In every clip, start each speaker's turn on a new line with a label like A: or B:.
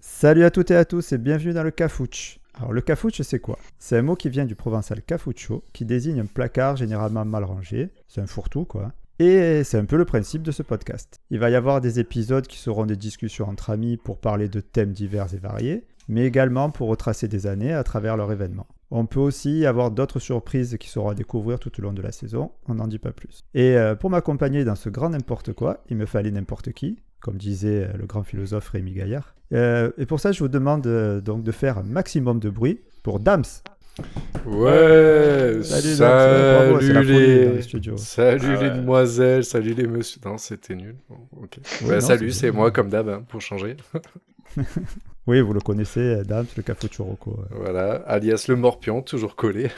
A: Salut à toutes et à tous et bienvenue dans le cafouche. Alors le cafouche c'est quoi C'est un mot qui vient du provençal cafucho qui désigne un placard généralement mal rangé, c'est un fourre-tout quoi. Et c'est un peu le principe de ce podcast. Il va y avoir des épisodes qui seront des discussions entre amis pour parler de thèmes divers et variés, mais également pour retracer des années à travers leur événement. On peut aussi avoir d'autres surprises qui seront à découvrir tout au long de la saison, on n'en dit pas plus. Et euh, pour m'accompagner dans ce grand n'importe quoi, il me fallait n'importe qui, comme disait euh, le grand philosophe Rémi Gaillard. Euh, et pour ça, je vous demande euh, donc de faire un maximum de bruit pour Dams.
B: Ouais,
A: Salut, Dams. Bravo, c'est la folie
B: salut
A: dans le
B: les...
A: studio.
B: Salut
C: Ah
B: les
C: ouais.
B: demoiselles, salut les messieurs. Non, c'était nul. Bon, ok.
A: Ouais,
B: Bah,
A: non,
B: salut,
A: c'est
B: c'est
A: bien.
B: moi comme d'hab hein, pour changer.
A: Oui, vous le connaissez, euh, Dams, le café Choroco. euh.
B: Voilà, alias le morpion, toujours collé.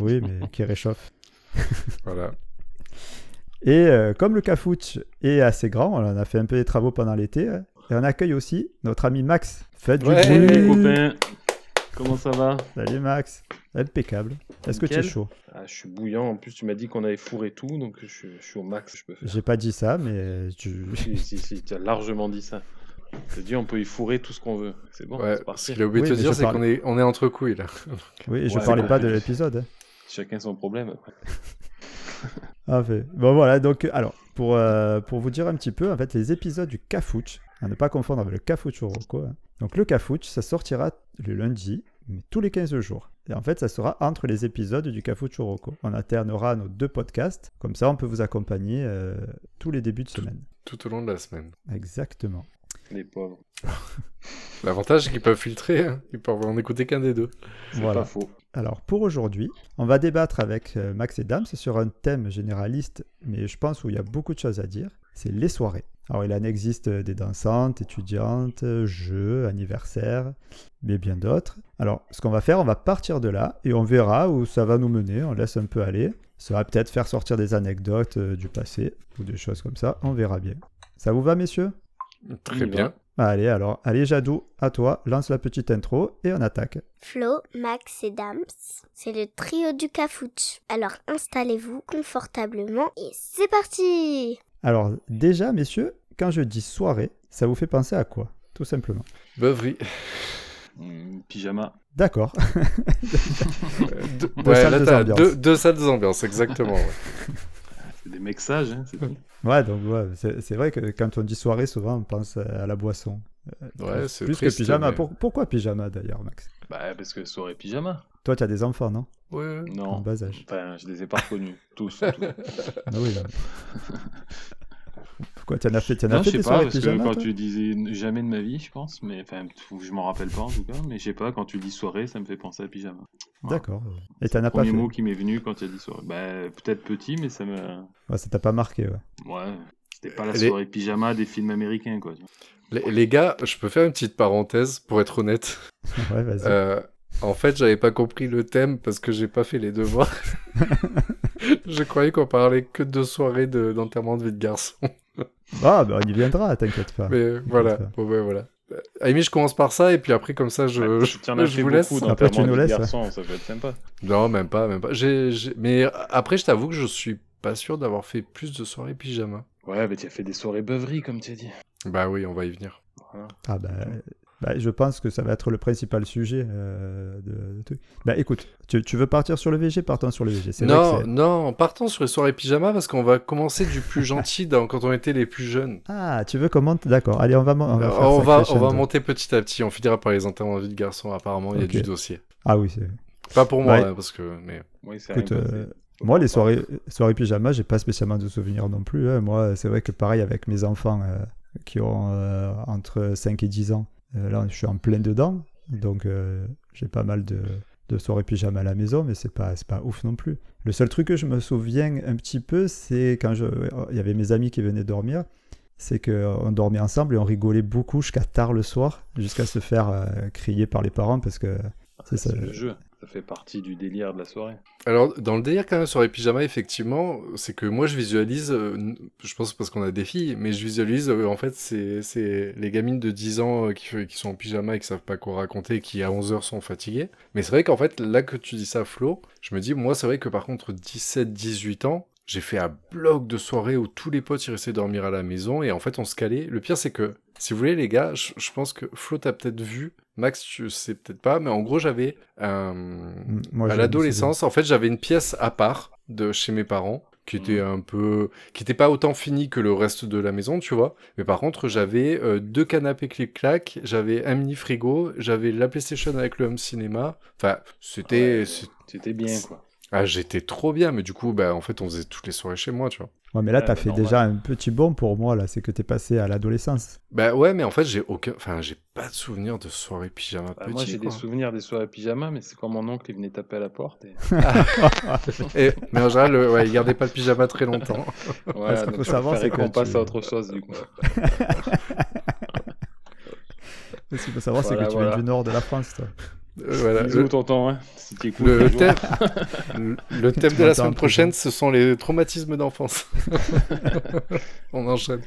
A: Oui, mais qui réchauffe.
B: Voilà.
A: Et euh, comme le cafouche est assez grand, on en a fait un peu des travaux pendant l'été, hein, et on accueille aussi notre ami Max. Faites
B: Ouais.
A: du
C: Hey
A: bruit
C: les copains, comment ça va
A: Salut Max, impeccable. Est-ce que tu es
C: Nickel.
A: chaud
C: ah, Je suis bouillant, en plus tu m'as dit qu'on avait four et tout, donc je, suis- je suis au max, je peux faire.
A: J'ai pas dit ça, mais tu...
C: Si, si, si, tu as largement dit ça. Je dit on peut y fourrer tout ce qu'on veut. C'est bon,
B: ouais,
C: c'est
B: ce
C: parti.
B: qu'il a oublié de
A: Oui,
B: te
A: mais
B: dire,
A: je
B: c'est
A: parle-
B: qu'on est, on est entre couilles là.
A: oui, je
C: Ouais,
A: parlais
C: c'est
A: pas de
C: compliqué.
A: l'épisode. hein.
C: Chacun son problème. après.
A: Ah, fait. Bon voilà, donc alors pour, euh, pour vous dire un petit peu, en fait les épisodes du Cafouche, à ne pas confondre avec le Cafouche Oroco. hein. Donc le Cafouche, ça sortira le lundi, mais tous les 15 jours. Et en fait, ça sera entre les épisodes du Cafouche Oroco. On alternera nos deux podcasts, comme ça on peut vous accompagner euh, tous les débuts de semaine.
B: Tout au long de la semaine.
A: Exactement.
C: Les pauvres.
B: L'avantage, c'est qu'ils peuvent filtrer. hein. Ils peuvent en écouter qu'un des deux.
C: C'est
A: Voilà.
C: pas faux.
A: Alors pour aujourd'hui, on va débattre avec euh, Max et Dams sur un thème généraliste, mais je pense où il y a beaucoup de choses à dire, c'est les soirées. Alors il en existe euh, des dansantes, étudiantes, euh, jeux, anniversaires, mais bien d'autres. Alors ce qu'on va faire, on va partir de là et on verra où ça va nous mener, on laisse un peu aller. Ça va peut-être faire sortir des anecdotes euh, du passé ou des choses comme ça, on verra bien. Ça vous va messieurs Bah,
C: On y
B: Très
C: va.
B: bien.
A: Allez alors, allez Jadou, à toi, lance la petite intro et on attaque.
D: Flo, Max et Dams, c'est le trio du cafouche. Alors installez-vous confortablement et c'est parti
A: Alors déjà, messieurs, quand je dis soirée, ça vous fait penser à quoi Tout simplement.
B: Beuverie.
C: Hmm, pyjama.
A: D'accord.
B: Euh, deux-
A: Deux
B: ouais,
A: salles,
B: là,
A: deux
B: t'as
A: ambiances.
B: deux, deux salles, deux ambiances, exactement. ouais.
C: C'est des mecs sages, hein, c'est tout.
A: ouais, donc ouais, c'est c'est vrai que quand on dit soirée, souvent on pense à la boisson.
B: Ouais, c'est
A: Plus
B: triste,
A: que pyjama.
B: mais-
A: Pour- pourquoi pyjama d'ailleurs, Max
C: Bah, parce que soirée pyjama.
A: Toi, tu as des enfants, non
B: Ouais, ouais.
A: En
C: Non.
A: bas âge.
C: Enfin, je les ai pas reconnus. Tous. tous.
A: Ah oui, là. Pourquoi tu en as fait, t'en as
C: Non, je
A: fait
C: sais
A: des
C: pas,
A: soirées
C: parce que
A: pyjama
C: quand
A: toi
C: tu disais jamais de ma vie, je pense, mais enfin, faut que je m'en rappelle pas en tout cas, mais je sais pas, quand tu dis soirée, ça me fait penser à pyjama. Voilà.
A: D'accord. Et tu n'en as pas
C: Premier
A: fait
C: mot qui m'est venu quand tu as dit soirée. Bah, peut-être petit, mais ça me.
A: Ouais, Ça t'a pas marqué, ouais.
C: Ouais, c'était pas la
B: Les-
C: soirée pyjama des films américains, quoi. tu vois.
B: Les, les gars, je peux faire une petite parenthèse pour être honnête.
A: ouais, vas-y.
B: Euh, en fait, j'avais pas compris le thème parce que j'ai pas fait les devoirs. je croyais qu'on parlait que de soirées de- d'enterrement de, vie de garçon.
A: Ah, bah on y viendra, t'inquiète pas.
B: Mais euh, voilà.
A: ça.
B: Bon, ben, voilà. Euh, Amy, je commence par ça et puis après, comme ça, je,
C: Ouais,
B: je,
C: tu en as
B: je
C: fait
B: vous laisse.
C: beaucoup
A: Ah, après, tu
C: d'enterrements
A: nous
C: de
A: laisses,
C: garçons, ça peut être sympa.
B: Non, même pas, même pas. J'ai- j'ai- Mais après, je t'avoue que je suis pas sûr d'avoir fait plus de soirées pyjama.
C: Ouais, mais tu as fait des soirées beuveries, comme tu as dit.
B: Bah oui, on va y venir.
C: Voilà.
A: Ah bah, bah, je pense que ça va être le principal sujet euh, de, de truc. Bah écoute, tu, tu veux partir sur le VG, partons sur le VG. C'est vrai
B: Non,
A: que c'est-
B: non, partons sur les soirées pyjama parce qu'on va commencer du plus gentil dans- quand on était les plus jeunes.
A: Ah, tu veux qu'on monte D'accord. Allez, on va mon- on va,
B: Euh,
A: faire
B: On
A: ça
B: va, on
A: crescendo.
B: va monter petit à petit. On finira par les enterrements de vie de garçon. Apparemment, il y a
A: Ok.
B: du dossier.
A: Ah oui, c'est.
B: Pas pour moi,
A: Ouais.
B: hein, parce que. Mais...
C: Oui, c'est
A: Écoute,
C: arrivé,
A: euh,
C: c'est-
A: Moi, les soirées, soirées pyjama, j'ai pas spécialement de souvenirs non plus. hein. Moi, c'est vrai que pareil avec mes enfants euh, qui ont euh, entre 5 et 10 ans. euh, là, je suis en plein dedans, donc euh, j'ai pas mal de, de soirées pyjama à la maison, mais c'est pas, c'est pas ouf non plus. Le seul truc que je me souviens un petit peu, c'est quand je, il y avait mes amis qui venaient dormir, c'est qu'on dormait ensemble et on rigolait beaucoup jusqu'à tard le soir, jusqu'à se faire euh, crier par les parents parce que c'est ça.
C: C'est le jeu. Ça fait partie du délire de la soirée.
B: Alors, dans le délire, quand même, sur les pyjamas, effectivement, c'est que moi, je visualise. euh, n- je pense parce qu'on a des filles, mais je visualise, euh, en fait, c'est c'est les gamines de 10 ans euh, qui, qui sont en pyjama et qui savent pas quoi raconter et qui, à 11h, sont fatiguées. Mais c'est vrai qu'en fait, là que tu dis ça, Flo, je me dis, moi, c'est vrai que par contre, 17-18 ans. J'ai fait un bloc de soirée où tous les potes ils restaient dormir à la maison et en fait on se calait. Le pire c'est que Si vous voulez, les gars, je je pense que Flo, t'as peut-être vu. Max, tu sais peut-être pas, mais en gros, j'avais un,
A: Mm, moi,
B: à
A: j'ai-
B: l'adolescence, en fait, j'avais une pièce à part de chez mes parents qui était
A: Hmm.
B: un peu qui était pas autant finie que le reste de la maison, tu vois. Mais par contre, j'avais euh, deux canapés clic-clac, j'avais un mini frigo, j'avais la PlayStation avec le home cinéma. Enfin, c'était
C: Ouais.
B: c'est-
C: C'était bien, quoi.
B: ah, j'étais trop bien, mais du coup, bah en fait, on faisait toutes les soirées chez moi, tu vois.
A: Ouais, mais là,
C: Ouais,
A: t'as
C: bah,
A: fait
C: normal.
A: déjà un petit bond pour moi, là. C'est que t'es passé à l'adolescence.
B: Bah ouais, mais en fait, j'ai aucun enfin, j'ai pas de souvenir de soirée pyjama
C: Bah,
B: petit.
C: moi, j'ai des
B: quoi.
C: souvenirs des soirées à pyjama, mais c'est quand mon oncle il venait taper à la porte. Et...
B: Et- mais en général, le- ouais, ils gardaient pas le pyjama très longtemps.
C: Voilà,
A: qu'il
C: donc
A: faut
C: je
A: savoir,
C: préférais
A: c'est que
C: qu'on
A: tu-
C: passe à autre chose, du coup.
A: Ce qu'il faut savoir, c'est
C: Voilà,
A: que tu
C: voilà.
A: viens du nord de la France, toi.
B: Euh, voilà.
C: Bisous,
B: Le-
C: tonton, hein, si t'écoutes
B: Le
C: un jour.
B: thème, le- le thème de la
A: Attends,
B: semaine
A: attends.
B: prochaine, ce sont les traumatismes d'enfance. On enchaîne.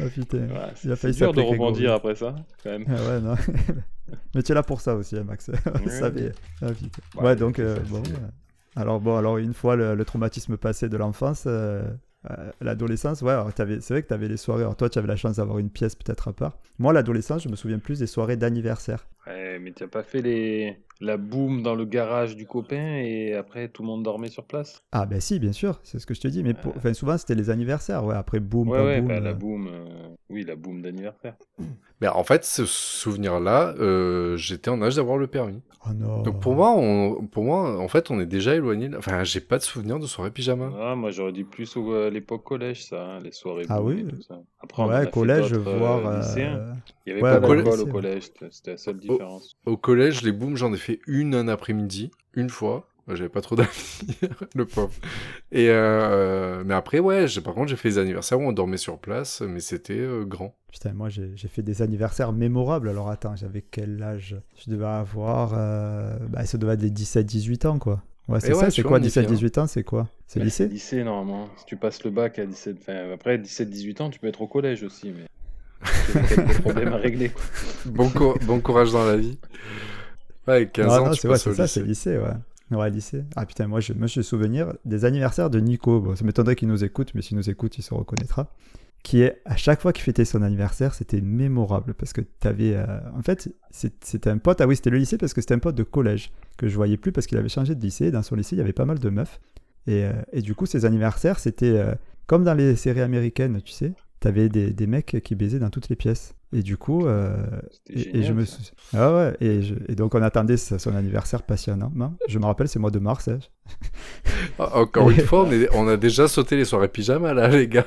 A: Oh putain.
C: Voilà,
A: Il a
C: c'est
A: failli
C: dur de
A: s'appeler Grégory.
C: rebondir après ça, quand même.
A: Ah ouais, non. Mais tu es là pour ça aussi, hein, Max. On
C: Ouais.
A: savait. Ah, putain.
C: Ouais,
A: ouais, donc,
C: Bah, c'est
A: euh,
C: facile.
A: bon. euh, Alors, bon, alors une fois le, le traumatisme passé de l'enfance, euh, euh, l'adolescence, ouais, alors t'avais- c'est vrai que tu avais les soirées. Alors, toi, tu avais la chance d'avoir une pièce peut-être à part. Moi, l'adolescence, je me souviens plus des soirées d'anniversaire.
C: Ouais, mais t'as pas fait les... la boum dans le garage du copain et après tout le monde dormait sur place
A: Ah, ben si, bien sûr, c'est ce que je te dis. Mais pour-
C: Euh.
A: enfin, souvent, c'était les anniversaires. Ouais, après, boum,
C: Ouais,
A: pas
C: ouais,
A: boum,
C: bah,
A: euh.
C: la boum, euh, oui, la boum d'anniversaire.
B: Mais en fait, ce souvenir-là, euh, j'étais en âge d'avoir le permis.
A: Oh non.
B: Donc pour moi, on, pour moi, en fait, on est déjà éloigné. de- Enfin, j'ai pas de souvenir de soirée pyjama.
C: Ah, moi j'aurais dit plus au- à l'époque collège, ça, hein, les soirées.
A: Ah
C: boum
A: oui
C: et tout ça. Après, on en a
A: Ouais,
C: fait
A: collège,
C: d'autres, euh,
A: voir. euh,
C: lycéens. Il y avait
A: ouais, Oh,
C: pas
B: au collège-
C: d'alcool au
A: lycée,
C: collège, c'était la seule différence.
B: Au collège, les booms, j'en ai fait une un après-midi, une fois. J'avais pas trop d'amis, le pauvre. Et euh, mais après, ouais, j'ai- par contre, j'ai fait les anniversaires où on dormait sur place, mais c'était euh, grand.
A: Putain, moi j'ai j'ai fait des anniversaires mémorables. Alors attends, j'avais quel âge Je devais avoir. euh, Bah, ça devait être des 17-18 ans, quoi. Ouais, c'est
B: Eh
A: ça,
B: ouais,
A: c'est
B: tu vois,
A: quoi
B: on y vient.
C: hein.
A: 17-18 ans C'est quoi C'est
C: Bah,
A: lycée
C: Lycée, normalement. Si tu passes le bac à 17, enfin, après 17-18 ans, tu peux être au collège aussi, mais. Il y a quelques problèmes à régler. quoi.
B: Bon, co- bon courage dans la vie. Ouais, 15
A: Non,
B: ans,
A: non,
B: tu
A: c'est ouais,
B: passes
A: c'est
B: au
A: ça,
B: lycée.
A: c'est lycée, ouais. Ouais, lycée. Ah putain, moi je me suis souvenir des anniversaires de Nico. Bon, ça m'étonnerait qu'il nous écoute, mais s'il nous écoute, il se reconnaîtra. Qui est, à chaque fois qu'il fêtait son anniversaire, c'était mémorable parce que t'avais. euh, En fait, c'est- c'était un pote. Ah oui, c'était le lycée parce que c'était un pote de collège que je voyais plus parce qu'il avait changé de lycée. Et dans son lycée, il y avait pas mal de meufs. Et, euh, et du coup, ses anniversaires, c'était euh, comme dans les séries américaines, tu sais. T'avais des, des mecs qui baisaient dans toutes les pièces. Et du coup, euh,
C: C'était
A: et, et je
C: génial,
A: me
C: ça.
A: suis... Ah ouais, et, je- et donc on attendait sa- son anniversaire patiemment. Je me rappelle, c'est mois de mars. hein.
B: Ah, Encore une fois, on, est- on a déjà sauté les soirées pyjama là, les gars.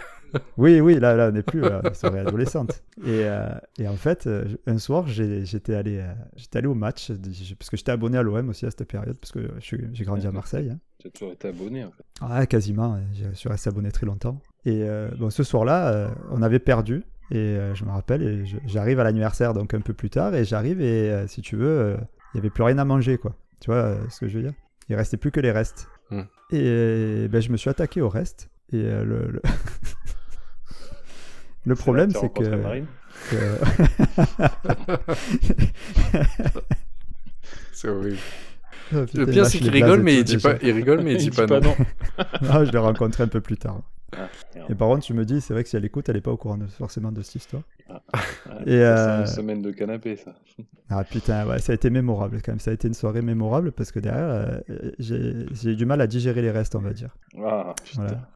A: Oui, oui, là, là on n'est plus, là, on est soirée adolescente. Et, euh, et en fait, euh, un soir, j'ai- j'étais allé, euh, j'étais allé au match, je- parce que j'étais abonné à l'OM aussi à cette période, parce que je suis- j'ai grandi à Marseille. hein.
C: J'ai toujours été abonné, en fait.
A: Ah, quasiment. ouais. Je suis resté abonné très longtemps. Et euh, bon, ce soir-là, euh, on avait perdu. Et euh, je me rappelle, et je- j'arrive à l'anniversaire, donc un peu plus tard, et j'arrive, et euh, si tu veux, euh, il n'y avait plus rien à manger, quoi. Tu vois euh, ce que je veux dire Il restait plus que les restes.
B: Hmm.
A: Et euh, ben, je me suis attaqué aux restes. Et euh, le, le... le problème,
C: T'as
A: c'est que.
C: rencontré Marine
B: C'est horrible.
A: Le
B: Le pire, c'est qu'il rigole, mais il dit pas, il rigole, mais il dit pas non.
A: non, Ah, je l'ai rencontré un peu plus tard.
C: Ah, merde.
A: et par contre, tu me dis, c'est vrai que si elle écoute, elle n'est pas au courant de- forcément de cette histoire.
C: Ah,
A: Et,
C: ça, c'est
A: euh,
C: une semaine de canapé, ça.
A: Ah putain, ouais, ça a été mémorable quand même. Ça a été une soirée mémorable parce que derrière, euh, j'ai j'ai eu du mal à digérer les restes, on va dire.
C: Ah, putain.
A: Voilà.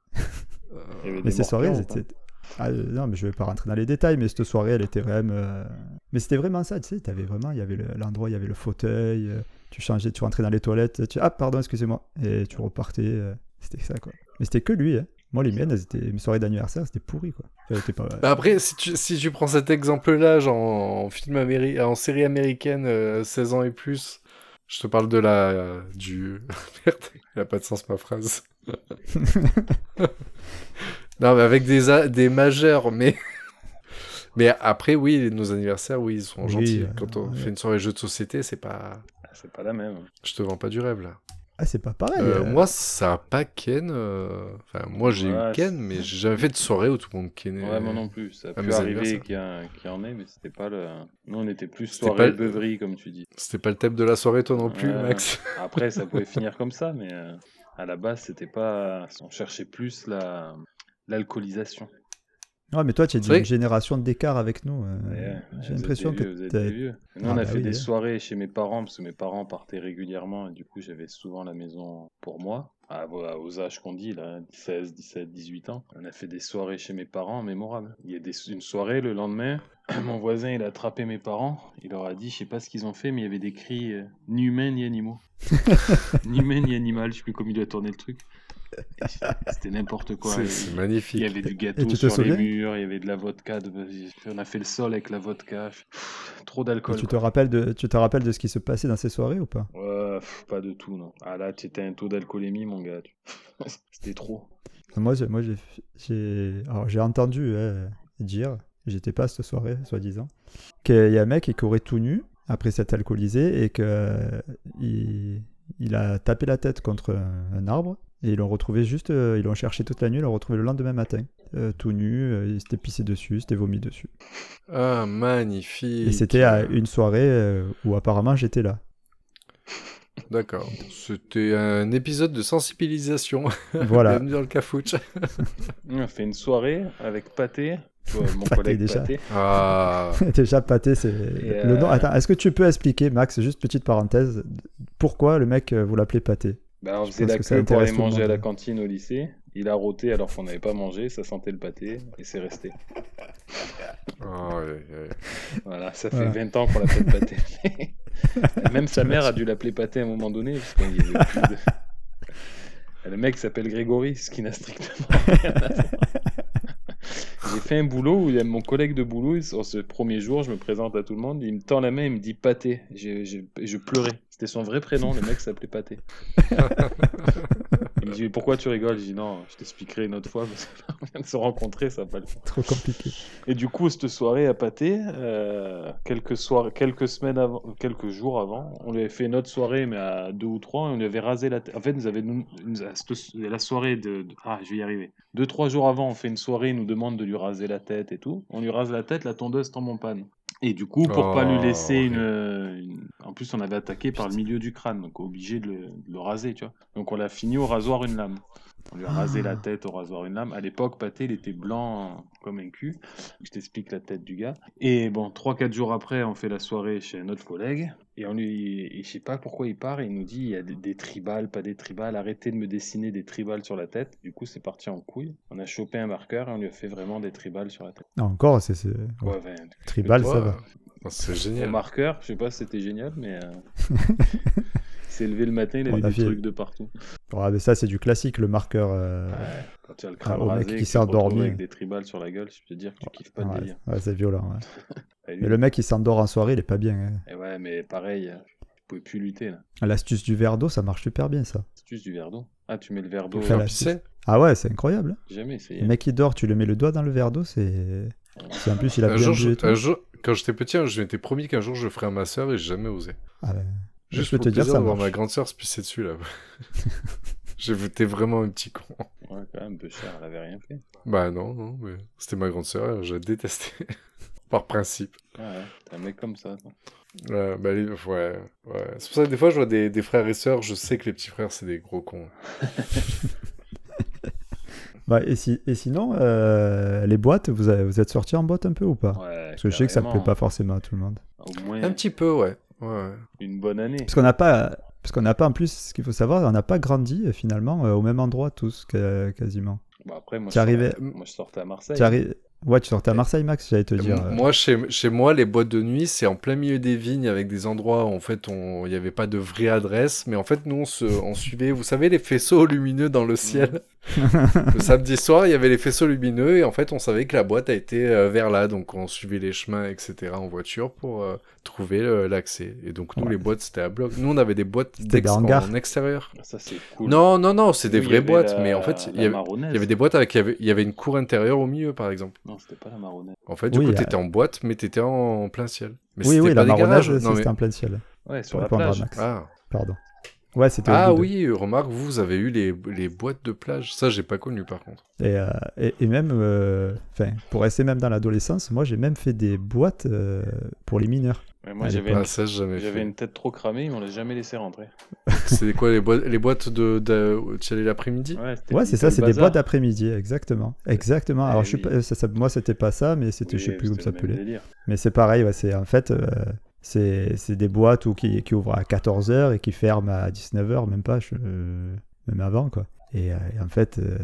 C: Il y avait
A: Mais
C: des
A: ces soirées, elles
C: morpions, quoi.
A: étaient. Ah, euh, non, mais je vais pas rentrer dans les détails, mais cette soirée, elle était vraiment. euh, Mais c'était vraiment ça, tu sais. T'avais vraiment, il y avait le- l'endroit, il y avait le fauteuil. euh, Tu changeais, tu rentrais dans les toilettes. Tu... Ah, pardon, excusez-moi. Et tu repartais. euh, C'était ça, quoi. Mais c'était que lui, hein. Moi, les miennes, elles étaient... mes soirées d'anniversaire, c'était pourri, quoi. Enfin, c'était pas...
B: Bah Après, si tu, si tu prends cet exemple-là, genre en, film améri- en série américaine, euh, 16 ans et plus, je te parle de la. euh, du. Merde, elle a pas de sens ma phrase. non, mais avec des, a- des majeurs, mais. mais après, oui, nos anniversaires, oui, ils sont
A: Oui,
B: gentils.
A: euh,
B: Quand on
A: ouais.
B: fait une soirée jeu de société, c'est pas.
C: Ah, C'est pas la même.
B: Je te vends pas du rêve là.
A: Ah, c'est pas pareil.
B: Euh,
A: euh.
B: Moi, ça a pas Ken. euh, Enfin, moi j'ai
C: Ouais,
B: eu Ken,
C: c'est-
B: mais j'ai jamais fait de soirée où tout le monde Ken.
C: Ouais, moi non plus. Ça a
B: Ah,
C: pu
B: mes
C: arriver
B: anniversaires.
C: qu'il y, a- qu'il y en ait, mais c'était pas le. Nous, on était plus
B: C'était
C: soirée
B: pas le-
C: beuverie, comme tu dis.
B: C'était pas le thème de la soirée, toi non plus,
C: Ouais.
B: Max.
C: Après, ça pouvait finir comme ça, mais euh, à la base, c'était pas. On cherchait plus la l'alcoolisation.
A: Ouais, mais toi, tu es
B: C'est vrai
A: d'une
B: que-
A: génération d'écart avec nous. euh,
C: Ouais,
A: J'ai
C: vous
A: l'impression
C: êtes
A: que
C: des vieux, vous êtes
A: t'es-
C: des vieux. Nous,
A: Ah,
C: on a
A: bah
C: fait
A: oui,
C: des
A: hein.
C: soirées chez mes parents parce que mes parents partaient régulièrement et du coup, j'avais souvent la maison pour moi. Ah, voilà, aux âges qu'on dit, là, 16, 17, 18 ans, on a fait des soirées chez mes parents mémorables. Il y a des- une soirée le lendemain, mon voisin il a attrapé mes parents, il leur a dit, je sais pas ce qu'ils ont fait, mais il y avait des cris euh, ni humains ni animaux. ni humain ni animal, je sais plus comment il a tourné le truc. Et C'était n'importe quoi.
B: C'est-
C: Et-
B: C'est
C: il y
B: magnifique.
C: avait du
A: Et
C: gâteau
A: tu te
C: sur
A: souviens
C: les murs, il y avait de la vodka. de- On a fait le sol avec la vodka. Pff, Trop d'alcool.
A: tu, te
C: quoi.
A: rappelles de, tu te rappelles de ce qui se passait dans ces soirées ou pas
C: Ouais, pff, pas de tout, non. Ah là, t'étais à un taux d'alcoolémie, mon gars. tu- C'était trop.
A: Moi, j'ai- moi j'ai- j'ai alors, j'ai entendu euh, dire, j'étais pas à cette soirée, soi-disant, qu'il y a un mec qui courait tout nu après s'être alcoolisé et que euh, il, il a tapé la tête contre un, un arbre et ils l'ont retrouvé juste, euh, ils l'ont cherché toute la nuit, ils l'ont retrouvé le lendemain matin, euh, tout nu, euh, il s'était pissé dessus, il s'était vomi dessus.
B: Ah,
A: Et,
B: magnifique.
A: c'était à une soirée euh, où apparemment j'étais là.
B: D'accord. C'était un épisode de sensibilisation.
A: Voilà.
B: Bienvenue dans le cafouche.
C: On a fait une soirée avec Pâté. Tu vois, mon
A: Pathé,
C: collègue
A: déjà.
C: Pathé.
B: Ah.
A: Déjà, pâté, c'est
C: Et,
A: le nom.
C: euh,
A: Attends, est-ce que tu peux expliquer, Max, juste petite parenthèse, pourquoi le mec euh, vous l'appelez pâté
C: Bah, on
A: Je
C: faisait
A: pense
C: la
A: que ça
C: queue pour
A: intéresse
C: aller
A: tout le
C: manger à
A: monde. hein.
C: la cantine au lycée. Il a roté alors qu'on n'avait pas mangé, ça sentait le pâté et c'est resté.
B: Ah, ouais, ouais.
C: Voilà, ça fait
A: Voilà.
C: 20 ans qu'on l'appelle pâté. Même sa mère a dû l'appeler pâté à un moment donné, parce qu'il y avait plus de... Le mec s'appelle Grégory, ce qui n'a strictement rien à voir. J'ai fait un boulot où il y a mon collègue de boulot, sur ce premier jour, je me présente à tout le monde, il me tend la main, il me dit pâté. Je, je- je pleurais. C'était son vrai prénom, le mec s'appelait pâté. Il me dit, mais pourquoi tu rigoles Je dis, non, je t'expliquerai une autre fois, parce qu'on vient de se rencontrer, ça va pas le faire.
A: Trop compliqué.
C: Et du coup, cette soirée à pâté, euh, quelques, soir- quelques semaines avant, quelques jours avant, on lui avait fait une autre soirée, mais à deux ou trois, et on lui avait rasé la tête. En fait, nous avait, nous- nous- à cette- la soirée de, de- Ah, je vais y arriver. Deux, trois jours avant, on fait une soirée, il nous demande de lui raser la tête et tout. On lui rase la tête, la tondeuse tombe en panne. Et du coup, pour pas lui
B: Oh,
C: laisser
B: ouais.
C: une, une- En plus, on avait attaqué par le milieu du crâne, donc obligé de le, de le raser, tu vois. Donc on l'a fini au rasoir une lame. On lui a rasé
A: Ah.
C: la tête au rasoir une lame. À l'époque, Pâté, il était blanc comme un cul. Je t'explique la tête du gars. Et bon, 3-4 jours après, on fait la soirée chez un autre collègue. Et on lui, et je sais pas pourquoi il part, et il nous dit il y a des, des tribales, pas des tribales, arrêtez de me dessiner des tribales sur la tête. Du coup, c'est parti en couille. On a chopé un marqueur et on lui a fait vraiment des tribales sur la tête.
A: Non, encore, c'est c'est-
C: Ouais,
A: ouais,
C: ben,
A: tribal,
B: Ouais.
A: ça va.
B: Non, Ah, C'est
C: au
B: génial.
C: marqueur, je sais pas si c'était génial, mais. euh, il s'est levé le matin, il
A: On
C: avait
A: a
C: des
A: fait-
C: trucs de partout.
B: euh,
A: Ouais, mais ça, c'est du classique, le marqueur. euh,
C: Quand tu as le
A: Ah,
C: crâne
A: au mec
C: rasé
A: qui
C: et que tu
A: s'est
C: te retrouves
A: endormi.
C: avec des tribales sur la gueule, je peux te dire que tu kiffes pas le
A: ouais,
C: délire.
A: ouais, c'est violent. ouais.
C: Et, lui-
A: Mais le mec, il s'endort en soirée, il est pas bien. hein.
C: et ouais, mais pareil, euh, tu pouvais plus lutter là.
A: L'astuce du verre d'eau, ça marche super bien, ça.
C: C'est juste du verre d'eau. Ah, tu mets le verre d'eau.
A: Enfin, la-
B: Tu sais
A: Ah ouais, c'est incroyable. hein.
C: J'ai Jamais essayé.
A: Le mec, il dort, tu le mets le doigt dans le verre d'eau, c'est. Si en plus, il a
B: un
A: bien
B: jour,
A: bu et
B: je-
A: tout.
B: un jour, quand j'étais petit, hein, je m'étais promis qu'un jour je ferais à ma sœur et j'ai jamais osé.
A: Ah ouais.
B: Juste
A: peux
B: pour
A: te
B: te
A: dire,
B: dire
A: ça
B: ça voir
A: marche.
B: ma grande sœur se pisser dessus là. J'ai voté vraiment un petit con.
C: Ouais, quand même, peu cher, elle avait rien fait.
B: Bah non, non, mais c'était ma grande sœur, je la détestais. Par principe.
C: Ah ouais, t'es un mec comme ça. toi.
B: Ouais, bah, les- ouais, ouais. C'est pour ça que des fois je vois des, des frères et sœurs, je sais que les petits frères c'est des gros cons.
A: Ouais, et, si- et sinon, euh, les boîtes, vous, avez- vous êtes sortis en boîte un peu ou pas
C: Ouais,
A: Parce que je sais que ça ne plaît
C: carrément. hein.
A: pas forcément à tout le monde.
C: Au moins
B: Un petit peu, ouais. ouais, ouais.
C: une bonne année.
A: Parce qu'on n'a pas, parce qu'on n'a pas en plus, ce qu'il faut savoir, on n'a pas grandi euh, finalement euh, au même endroit tous que- quasiment.
C: Bon, après, moi
A: Tu
C: je,
A: arrivais-
C: sortais- moi, je sortais à Marseille.
A: Tu arri- ouais, tu sortais à Marseille, Max, j'allais te dire.
B: Moi-
A: euh,
B: Moi, chez, chez moi, les boîtes de nuit, c'est en plein milieu des vignes avec des endroits où en fait on- il n'y avait pas de vraie adresse. Mais en fait, nous, on, se, on suivait, vous savez, les faisceaux lumineux dans le ciel. le samedi soir, il y avait les faisceaux lumineux et en fait, on savait que la boîte a été euh, vers là. Donc, on suivait les chemins, etc. en voiture pour euh, trouver euh, l'accès. Et donc, nous,
A: Ouais.
B: les boîtes, c'était à bloc. Nous, on avait des boîtes
A: C'était des
B: d'ex-
A: hangars.
B: en extérieur.
C: Ça, c'est cool.
B: Non, non, non, c'est
C: Nous,
B: des
C: il y
B: vraies
C: avait
B: boîtes.
C: la-
B: Mais en fait, il y
C: la
B: avait,
C: marronnaise.
B: il y avait des boîtes avec, il y avait- il y avait une cour intérieure au milieu, par exemple.
C: Non, c'était pas la marronnette.
B: En fait, du
A: Oui,
B: coup,
A: euh,
B: t'étais en boîte, mais t'étais en plein ciel.
A: oui,
B: Mais c'était
A: oui,
B: pas
A: la
B: des
A: marronnade,
B: garages.
A: c'est-
B: Non,
A: c'était
B: mais...
A: en plein ciel.
C: Ouais,
A: Pour
C: sur la
A: répondre à
C: plage.
A: Max.
B: Ah,
A: Pardon. Ouais, c'était au
B: Ah
A: bout de-
B: oui, remarque, vous avez eu les, les boîtes de plage. Ça, j'ai pas connu par contre.
A: Et, euh, et, et même, euh, enfin, pour rester même dans l'adolescence, moi j'ai même fait des boîtes euh, pour les mineurs.
C: Ouais, moi,
A: À
B: Ah,
C: j'avais
A: l'époque.
C: une,
B: ça, j'ai jamais
C: j'avais
B: fait.
C: une tête trop cramée, ils m'ont jamais laissé rentrer.
B: C'est quoi les boîtes, les boîtes de, de- tu y allais l'après-midi
C: Ouais,
A: Ouais, c'est ça, c'est des
C: bois
A: boîtes d'après-midi, exactement. Exactement.
B: Ah
C: Eh
A: Alors, je suis
C: oui.
A: pas- ça- ça- moi c'était pas ça, mais c'était, je sais plus comment ça s'appelait.
C: s'appelait.
A: Mais c'est pareil, ouais, c'est en fait, euh, c'est c'est des boîtes où qui, qui ouvrent à 14h et qui ferment à 19h, même pas, je- euh, même avant, quoi. Et, euh, et en fait, euh,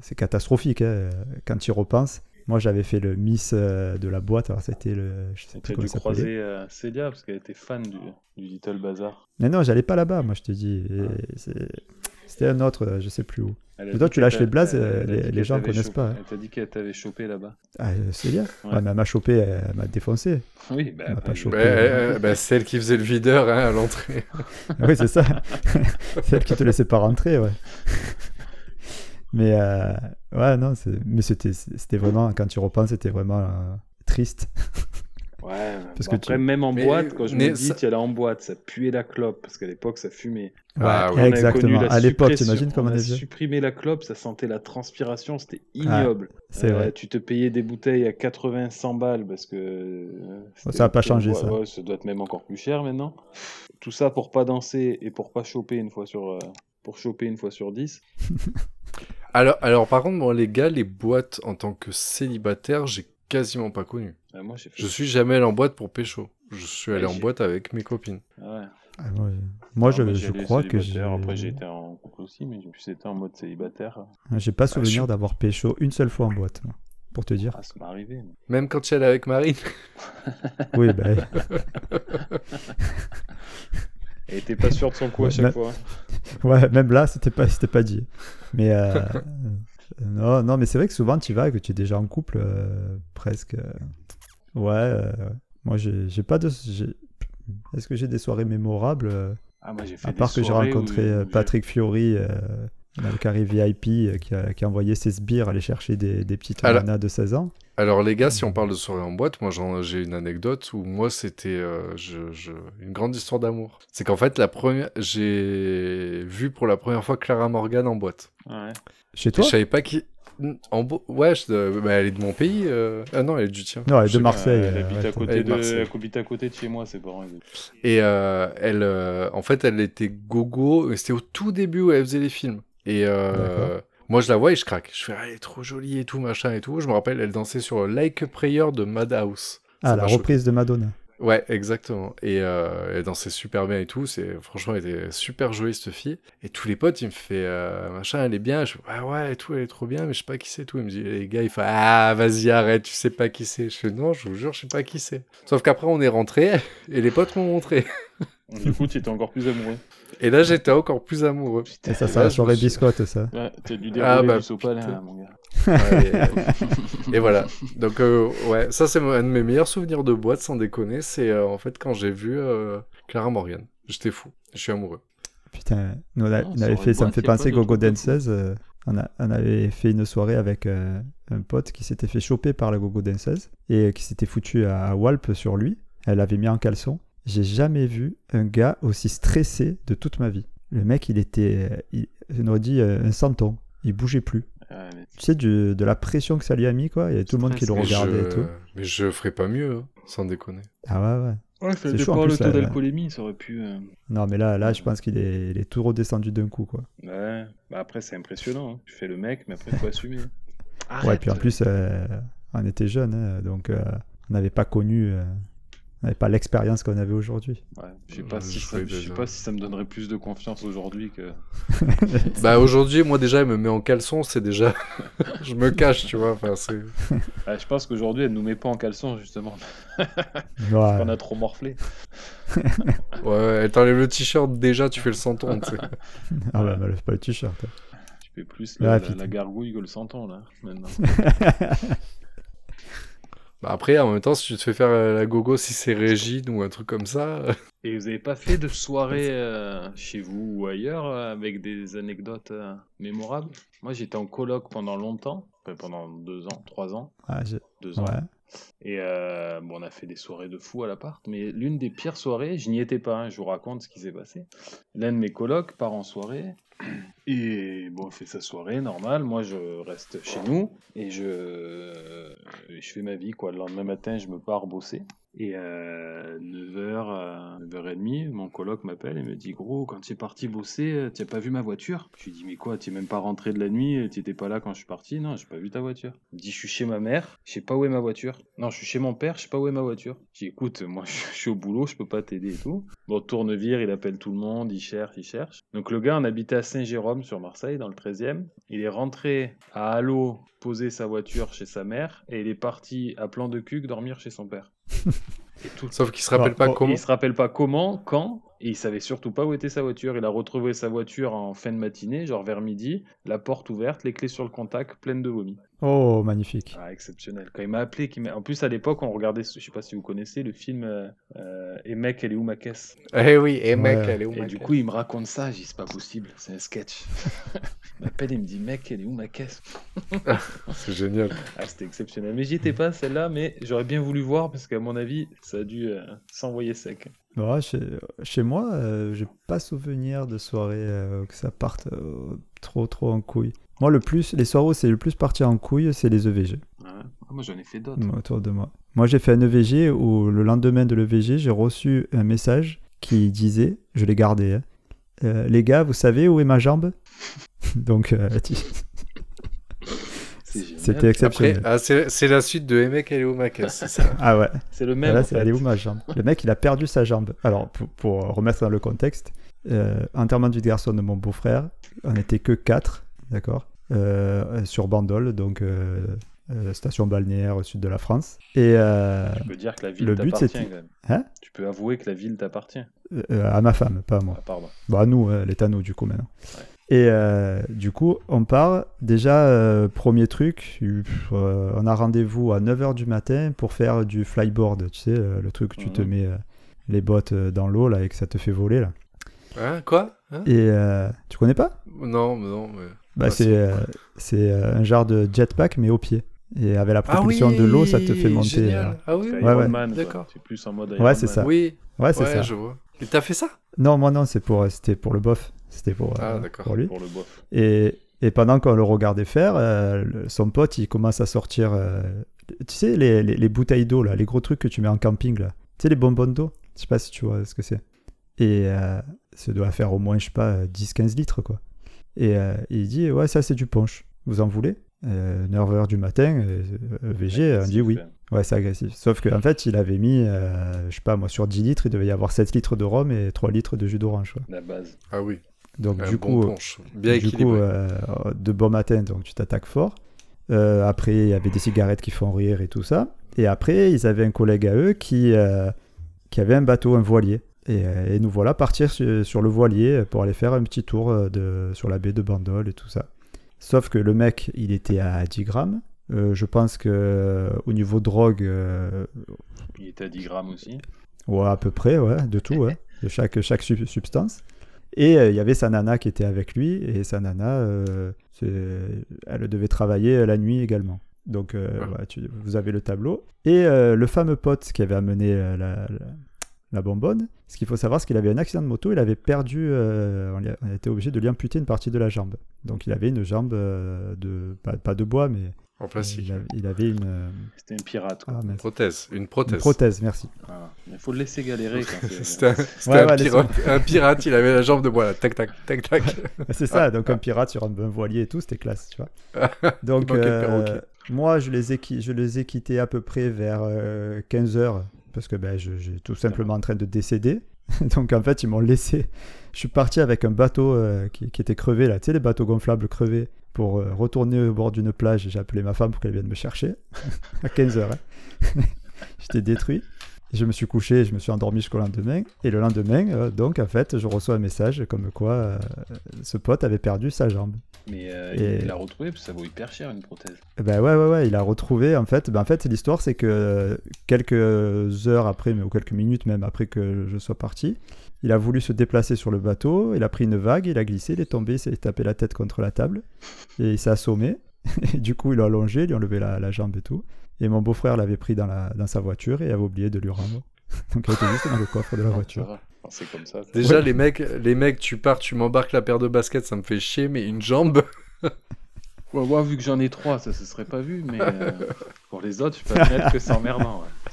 A: c'est catastrophique hein, quand tu y repenses. Moi, j'avais fait le miss euh, de la boîte, alors c'était le. Je sais
C: Tu
A: plus
C: as
A: comment
C: dû
A: ça s'appelait.
C: croiser euh, Célia parce qu'elle était fan du, du Little Bazar.
A: Mais non, j'allais pas là-bas, moi, je te dis. Et c'est- C'était un autre, euh, je sais plus où.
C: Elle a
A: Mais toi,
C: dit
A: tu
C: qu'elle
A: lâches les
C: t'a-
A: blazes,
C: elle a
A: euh,
C: dit
A: les-
C: qu'elle
A: les gens
C: t'avait
A: connaissent
C: chopé-
A: pas. hein.
C: Elle t'a dit qu'elle t'avait chopé là-bas.
A: Ah, euh, c'est bien.
C: Ouais.
A: Ouais, mais elle m'a chopé, elle m'a défoncé.
C: Oui, bah,
A: On va pas
C: bah,
A: choper.
B: Ouais, euh, bah, celle qui faisait le videur hein, à l'entrée.
A: Oui, c'est ça. Celle qui te laissait pas rentrer, ouais. Mais euh, ouais, non, c'est- mais c'était c'était vraiment, quand tu repenses, c'était vraiment euh, triste.
C: Ouais,
A: Parce
C: parce
A: que
C: après,
A: tu-
C: même en
B: Mais-
C: boîte, quand je
B: mais
C: me dis,
B: ça-
C: tiens, là en boîte, ça puait la clope, parce qu'à l'époque, ça fumait.
B: Ah oui.
C: On a
A: exactement.
C: connu la
A: À l'époque,
C: suppression-
A: t'imagines comme on
C: a
A: est vieux.
C: supprimé la clope, ça sentait la transpiration, c'était ignoble.
A: C'est
C: Euh,
A: vrai.
C: Tu te payais des bouteilles à 80, 100 balles, parce que... euh, c'était-
A: Ça a pas changé,
C: ouais,
A: ça.
C: ouais, ça doit être même encore plus cher, maintenant. Tout ça pour pas danser et pour pas choper une fois sur... euh, Pour choper une fois sur 10.
B: Alors, alors par contre, moi, les gars, les boîtes en tant que célibataire, j'ai quasiment pas connu.
C: Euh, moi, j'ai fait...
B: Je suis jamais allé en boîte pour pécho. Je suis allé
C: Ouais,
B: en
C: j'ai-
B: boîte avec mes copines.
C: Ah ouais.
A: Ah, moi, moi,
C: Ah,
A: je,
C: bah,
A: je
C: j'allais
A: crois que j'ai
C: célibataire, Après, j'ai été en couple aussi, mais j'ai plus été en mode célibataire.
A: j'ai pas souvenir
B: je-
A: d'avoir pécho une seule fois en boîte, moi, pour te dire.
C: Ah, ça m'est arrivé. mais-
B: Même quand tu allais avec Marine.
A: Oui, bah,
C: Et t'es pas sûr de son coup
A: Ouais,
C: à
A: mais-
C: chaque fois. hein.
A: Ouais, même là, c'était pas, c'était pas dit. Mais euh, euh, non, non, mais c'est vrai que souvent tu y vas et que tu es déjà en couple, euh, presque. euh, Ouais, euh, moi j'ai j'ai pas de. j'ai- Est-ce que j'ai des soirées mémorables euh,
C: Ah, moi, j'ai fait
A: À
C: des
A: part que j'ai
C: soirées où-
A: rencontré
C: où
A: euh,
C: j'ai-
A: Patrick Fiori euh, dans le carré VIP euh, qui, a, qui a envoyé ses sbires aller chercher des, des petites
B: Alors-
A: nanas de 16 ans.
B: Alors les gars, si on parle de soirée en boîte, moi j'en- j'ai une anecdote où moi c'était euh, je- je- une grande histoire d'amour. C'est qu'en fait la première, j'ai vu pour la première fois Clara Morgan en boîte.
C: Ouais.
A: Chez
B: Et
A: toi
B: je savais pas qui. En bo- ouais, je- euh, bah, elle est de mon pays. euh. Ah non, elle est du tien.
A: Non, elle est
B: Je
A: de
B: sais pas.
A: Marseille.
C: elle
A: euh,
C: habite
A: ouais,
C: à
B: elle est
C: côté
B: de
C: de,
B: Marseille.
C: elle habite à côté de chez moi, ses parents. ils-
B: Et euh, elle, euh, en fait, elle était gogo. C'était au tout début où elle faisait les films. Et euh,
A: D'accord.
B: moi, je la vois et je craque. Je fais, Ah, elle est trop jolie et tout, machin et tout. Je me rappelle, elle dansait sur Like a Prayer de Madhouse.
A: Ah,
B: Ça
A: la
B: m'a choqué.
A: reprise de Madonna.
B: Ouais, exactement. Et euh, elle dansait super bien et tout. C'est franchement, elle était super jolie cette fille. Et tous les potes, ils me fait euh, machin, elle est bien. Je fais, ouais ouais et tout, elle est trop bien, mais je sais pas qui c'est et tout. Ils me disent les gars, il fait ah vas-y arrête, tu sais pas qui c'est. Je fais non, je vous jure, je sais pas qui c'est. Sauf qu'après on est rentré et les potes m'ont montré.
C: Du coup, tu étais encore plus amoureux.
B: Et là j'étais encore plus amoureux.
A: Et ça,
B: Et
A: c'est
B: là,
A: la
B: je me
A: soirée
B: suis-
A: biscotte, ça.
C: Ouais, t'as dû
B: Ah,
C: dérouler
B: bah,
C: du sopalin,
B: putain.
C: hein, mon gars.
B: Ouais, et, et voilà. Donc euh, ouais, ça c'est un de mes meilleurs souvenirs de boîte sans déconner. C'est euh, en fait quand j'ai vu euh, Clara Morgan. J'étais fou. Je suis amoureux.
A: Putain, nous, on a-
C: Non,
A: on avait
C: sur
A: fait,
C: une
A: ça me
C: boîte,
A: fait
C: y a pas
A: penser
C: d'autres
A: Gogo
C: trucs.
A: Dances. euh, on, a- on avait fait une soirée avec euh, un pote qui s'était fait choper par la Gogo Dances et euh, qui s'était foutu à, à Walp sur lui. Elle l'avait mis en caleçon. J'ai jamais vu un gars aussi stressé de toute ma vie. Le mec, il était, euh, il, on aurait dit euh, un santon. Il bougeait plus.
C: Ouais, mais-
A: Tu sais, du- de la pression que ça lui a mis, quoi. Il y avait tout le monde qui le
C: Mais
B: Mais
A: regardait
B: je-
A: et tout.
B: Mais je ferais pas mieux, hein, sans déconner.
A: Ah ouais, ouais.
C: Ouais, ça
A: C'est chaud,
C: dépend
A: en
C: le
A: plus,
C: taux
A: là, là.
C: d'alcoolémie, ça aurait pu. euh,
A: Non, mais là, là je pense qu'il est, il est tout redescendu d'un coup, quoi.
C: Ouais. Bah, après, c'est impressionnant. hein. Tu fais le mec, mais après, faut assumer.
A: Ouais, puis en plus, euh, on était jeunes, hein, donc euh, on n'avait pas connu, euh, on n'avait pas l'expérience qu'on avait aujourd'hui.
C: Ouais, je sais
B: Euh,
C: pas, si
B: je
C: ça-
B: fais
C: je sais
B: déjà.
C: pas si ça me donnerait plus de confiance aujourd'hui que.
B: Bah aujourd'hui, moi déjà, elle me met en caleçon, c'est déjà. je me cache, tu vois. Enfin, c'est.
C: Ah, je pense qu'aujourd'hui, elle nous met pas en caleçon, justement.
A: Ouais.
C: On a trop morflé.
B: Ouais, elle t'enlève le t-shirt, déjà, tu fais le santon, tu sais.
A: Ah bah, mais le- pas le t-shirt. hein.
C: Tu fais plus
A: Ah,
C: la, la-
A: putain.
C: la gargouille que le santon, là, maintenant.
B: Bah après, en même temps, si tu te fais faire euh, la gogo, si c'est Régine ou un truc comme ça. euh,
C: Et vous avez pas fait de soirée euh, chez vous ou ailleurs euh, avec des anecdotes euh, mémorables Moi, j'étais en coloc pendant longtemps pendant deux ans, trois ans,
A: Ah, j'ai-
C: deux ans.
A: ouais.
C: Et euh, bon, on a fait des soirées de fou à l'appart, mais l'une des pires soirées, je n'y étais pas, hein, je vous raconte ce qui s'est passé. L'un de mes colocs part en soirée, et bon, fait sa soirée normale, moi je reste chez nous, et je, et je fais ma vie, quoi. Le lendemain matin, je me pars bosser, et euh, 9h, 9h30, mon coloc m'appelle et me dit Gros, quand tu es parti bosser, euh, t'as pas vu ma voiture Je lui dis Mais quoi, t'es même pas rentré de la nuit, euh, t'étais pas là quand je suis parti Non, j'ai pas vu ta voiture. Il me dit Je suis chez ma mère, je sais pas où est ma voiture. Non, je suis chez mon père, je sais pas où est ma voiture. Je dis Écoute, moi je suis au boulot, je peux pas t'aider et tout. Bon, tournevire, il appelle tout le monde, il cherche, il cherche. Donc le gars, on habitait à Saint-Jérôme sur Marseille, dans le 13e. Il est rentré à Allo poser sa voiture chez sa mère, et il est parti à plan de cul dormir chez son père. Et tout
B: Sauf qu'il se rappelle
A: Bon,
B: pas
A: bon,
B: comment.
C: et il se rappelle pas comment, quand, et il savait surtout pas où était sa voiture. Il a retrouvé sa voiture en fin de matinée, genre vers midi, la porte ouverte, les clés sur le contact, pleine de vomi.
A: Oh, magnifique.
C: Ah, exceptionnel. Quand il m'a appelé, qu'il m'a- en plus à l'époque, on regardait, ce- je sais pas si vous connaissez, le film euh, euh, Et mec, elle est où ma caisse
B: Eh oui, et mec,
A: Ouais.
B: elle est où
C: Et
B: ma
C: du
B: caisse
C: coup, il me raconte ça, j'ai dit c'est pas possible, c'est un sketch. il m'appelle, il me dit mec, elle est où ma caisse
B: C'est génial.
C: Ah, c'était exceptionnel. Mais j'y étais pas celle-là, mais j'aurais bien voulu voir parce qu'à mon avis, ça a dû euh, s'envoyer sec.
A: Ouais, chez, chez moi, euh, j'ai pas souvenir de soirée euh, que ça parte euh, trop trop en couille. Moi, le plus, les soirées où c'est le plus parti en couille, c'est les E EVG
C: Ah, moi, j'en ai fait d'autres.
A: m- autour de moi. Moi, j'ai fait un EVG où le lendemain de l'EVG, j'ai reçu un message qui disait, je l'ai gardé, hein, Euh, les gars, vous savez où est ma jambe Donc, euh, tu-
C: C'est génial.
A: c'était
B: Après,
A: exceptionnel.
B: ah, c'est c'est la suite de Eh mec, elle est où ma caisse, c'est ça
A: Ah ouais.
C: C'est le même.
A: Là,
C: en
A: c'est
C: fait.
A: allé où ma jambe Le mec, il a perdu sa jambe. Alors, pour, pour remettre dans le contexte, euh, enterrement du garçon de mon beau-frère, on n'était que quatre, d'accord Euh, Sur Bandol, donc euh, euh, station balnéaire au sud de la France. Et euh,
C: Tu peux dire que la ville
A: Le but,
C: t'appartient
A: c'était-
C: quand même.
A: Hein
C: tu peux avouer que la ville t'appartient.
A: euh, à ma femme, pas à moi.
C: Ah, pardon.
A: Bah à nous, euh, elle est à nous du coup maintenant. Et euh, du coup, on part. Déjà, euh, premier truc, euh, on a rendez-vous à 9h du matin pour faire du flyboard, tu sais, euh, le truc où tu te
C: Mhm.
A: mets euh, les bottes euh, dans l'eau là et que ça te fait voler là.
B: Hein, quoi Hein
A: Et euh, tu connais pas
B: Non, mais non, mais...
A: Bah
B: Ah,
A: c'est
B: si.
A: euh, c'est euh, un genre de jetpack mais au pied. Et avec la
C: Ah
A: propulsion de l'eau, ça te fait monter.
B: Ah génial.
A: euh.
B: Ah oui,
C: C'est
B: oui.
A: Ouais,
C: Iron
A: ouais.
C: Man, quoi.
B: D'accord.
C: C'est plus en mode Iron
A: Ouais, c'est
C: Man.
A: ça.
B: Oui,
A: Ouais, c'est
B: ouais,
A: ça.
B: je vois. Et t'as fait ça
A: Non, moi non, c'est pour euh, c'était pour le bof, c'était pour
B: Ah,
A: euh,
B: d'accord.
A: pour lui.
C: Pour le bof.
A: Et, et pendant qu'on le regardait faire, euh, le- son pote, il commence à sortir, euh, tu sais, les, les- les bouteilles d'eau, là, les gros trucs que tu mets en camping, là. Tu sais, les bonbons d'eau. Je sais pas si tu vois ce que c'est. Et euh, ça doit faire au moins, je sais pas, euh, 10-15 litres, quoi. Et euh, il dit, ouais, ça, c'est du punch. Vous en voulez 9h du matin, euh, euh, VG, on dit oui. Ouais, c'est agressif. Sauf qu'en fait, il avait mis, euh, je sais pas, moi, sur 10 litres, il devait y avoir 7 litres de rhum et 3 litres de jus d'orange. quoi.
C: La base.
B: Ah oui,
A: Donc,
B: un
A: du
B: bon
A: coup, euh,
B: punch. Bien
A: du
B: équilibré.
A: coup, euh, de bon matin, donc tu t'attaques fort. Euh, après, il y avait des cigarettes qui font rire et tout ça. Et après, ils avaient un collègue à eux qui, euh, qui avait un bateau, un voilier. Et, euh, et nous voilà partir sur, sur le voilier pour aller faire un petit tour euh, de, sur la baie de Bandol et tout ça. Sauf que le mec, il était à 10 grammes. Euh, je pense que euh, au niveau drogue, euh,
C: Il était à 10 grammes aussi.
A: Ouais, à peu près, ouais, de tout, ouais, de chaque, chaque sub- substance. Et euh, il y avait sa nana qui était avec lui, et sa nana, euh, c'est- elle devait travailler euh, la nuit également. Donc, euh,
B: Ah.
A: voilà, tu- vous avez le tableau. Et euh, le fameux pote qui avait amené euh, la, la, la bonbonne, ce qu'il faut savoir, c'est qu'il avait un accident de moto, il avait perdu, euh, on, lui a- on était obligé de lui amputer une partie de la jambe. Donc, il avait une jambe euh, de, pas, pas de bois, mais
B: En
A: il
B: plastique.
A: avait, il avait une. euh,
C: C'était un pirate, quoi.
A: ah, mince,
B: Prothèse, une
A: une
B: prothèse.
A: prothèse, merci.
C: Voilà. Il faut le laisser galérer quand c'est-
B: C'était un, c'était
A: Ouais,
B: un
A: ouais,
B: pirate, un pirate, il avait la jambe de bois, là. Tac, tac, tac, tac.
A: C'est ça, donc un pirate sur un bon voilier et tout, c'était classe, tu vois.
B: Il
A: Donc,
B: manquait le
A: euh,
B: perroquet.
A: moi, je les, ai, qui- je les ai quittés à peu près vers 15h, parce que ben, je- j'ai tout simplement en train de décéder. donc, en fait, ils m'ont laissé. Je suis parti avec un bateau euh, qui, qui était crevé, là, tu sais, les bateaux gonflables crevés, pour euh, retourner au bord d'une plage. Et J'ai appelé ma femme pour qu'elle vienne me chercher à 15h. J'étais détruit. Je me suis couché, je me suis endormi jusqu'au lendemain. Et le lendemain, euh, donc, en fait, je reçois un message comme quoi euh, ce pote avait perdu sa jambe.
C: Mais euh,
A: Et-
C: il l'a retrouvé parce que ça vaut hyper cher une prothèse.
A: Ben ouais, ouais, ouais, il a retrouvé, en fait, ben en fait l'histoire c'est que euh, quelques heures après, mais- ou quelques minutes même après que je sois parti, il a voulu se déplacer sur le bateau, il a pris une vague, il a glissé, il est tombé, il s'est tapé la tête contre la table, et il s'est assommé, Et du coup, il l'a allongé, il lui a enlevé la, la jambe et tout. Et mon beau-frère l'avait pris dans, la, dans sa voiture et avait oublié de lui rendre. Donc elle était juste dans le coffre de la
C: Ça
A: voiture.
C: va. Enfin, Ah, c'est comme ça.
B: Déjà,
A: Ouais.
B: les mecs, les mecs, tu pars, tu m'embarques la paire de baskets, ça me fait chier, mais une jambe.
C: Ouais, ouais, vu que j'en ai trois, ça se serait pas vu, mais euh, pour les autres, je peux admettre que c'est emmerdant. ouais.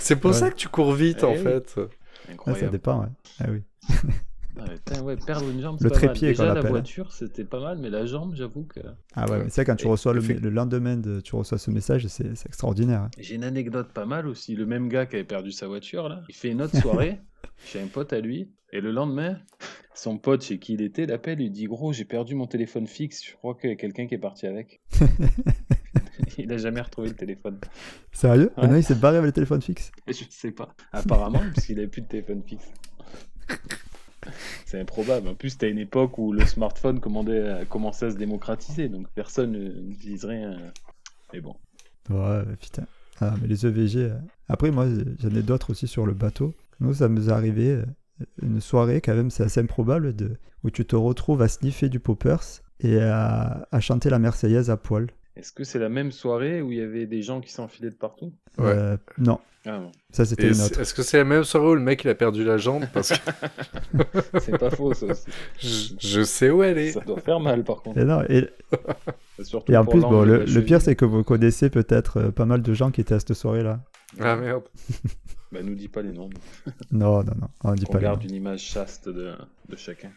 B: C'est pour
A: Ouais.
B: ça que tu cours vite, en
C: Eh oui.
B: fait.
A: Ah, ça
C: Incroyable.
A: dépend, ouais. Ah oui.
C: Ouais, putain, ouais, perdre une jambe,
A: Le
C: c'est pas mal.
A: trépied, qu'on
C: Déjà, la
A: l'appelle, hein.
C: voiture, c'était pas mal, mais la jambe, j'avoue que.
A: Ah ouais,
B: Ouais.
A: mais c'est quand tu
B: Et-
A: reçois le,
B: effect-
A: le lendemain, de, tu reçois ce message, c'est c'est extraordinaire. hein.
C: J'ai une anecdote pas mal aussi. Le même gars qui avait perdu sa voiture, là, il fait une autre soirée chez un pote à lui. Et le lendemain, son pote chez qui il était l'appelle, il dit Gros, j'ai perdu mon téléphone fixe. Je crois qu'il y a quelqu'un qui est parti avec. il a jamais retrouvé le téléphone.
A: Sérieux
C: Ouais.
A: Maintenant, il s'est barré avec le téléphone fixe.
C: Je sais pas. Apparemment, puisqu'il avait plus de téléphone fixe. C'est improbable. En plus, c'était une époque où le smartphone commandait à- commençait à se démocratiser, donc personne euh, n'utiliserait un. Mais bon.
A: Ouais, mais putain. Ah, mais les EVG. euh. Après, moi, j'en ai d'autres aussi sur le bateau. Nous, ça nous est arrivé euh, une soirée, quand même, c'est assez improbable, de... où tu te retrouves à sniffer du poppers et à, à chanter la Marseillaise à poil.
C: Est-ce que c'est la même soirée où il y avait des gens qui s'enfilaient de partout
B: Ouais.
A: Euh, non,
C: Ah non,
A: ça
B: Et
A: c'était une
B: Est-ce
A: autre.
B: est-ce que c'est la même soirée où le mec il a perdu la jambe Parce que
C: c'est pas faux ça aussi.
B: je, je sais où elle est.
C: Ça doit faire mal par
A: Et,
C: contre.
A: non, et-
C: Surtout
A: et en
C: pour
A: plus,
C: l'angle
A: bon,
C: de
A: le,
C: la
A: le
B: euh,
A: pire,
C: cheville.
A: c'est que vous connaissez peut-être euh, pas mal de gens qui étaient à cette soirée-là.
B: Ah merde.
C: Bah, nous dis pas les noms.
A: Non, non, non, on dit
C: On
A: pas les
C: garde
A: noms.
C: une image chaste de, de chacun.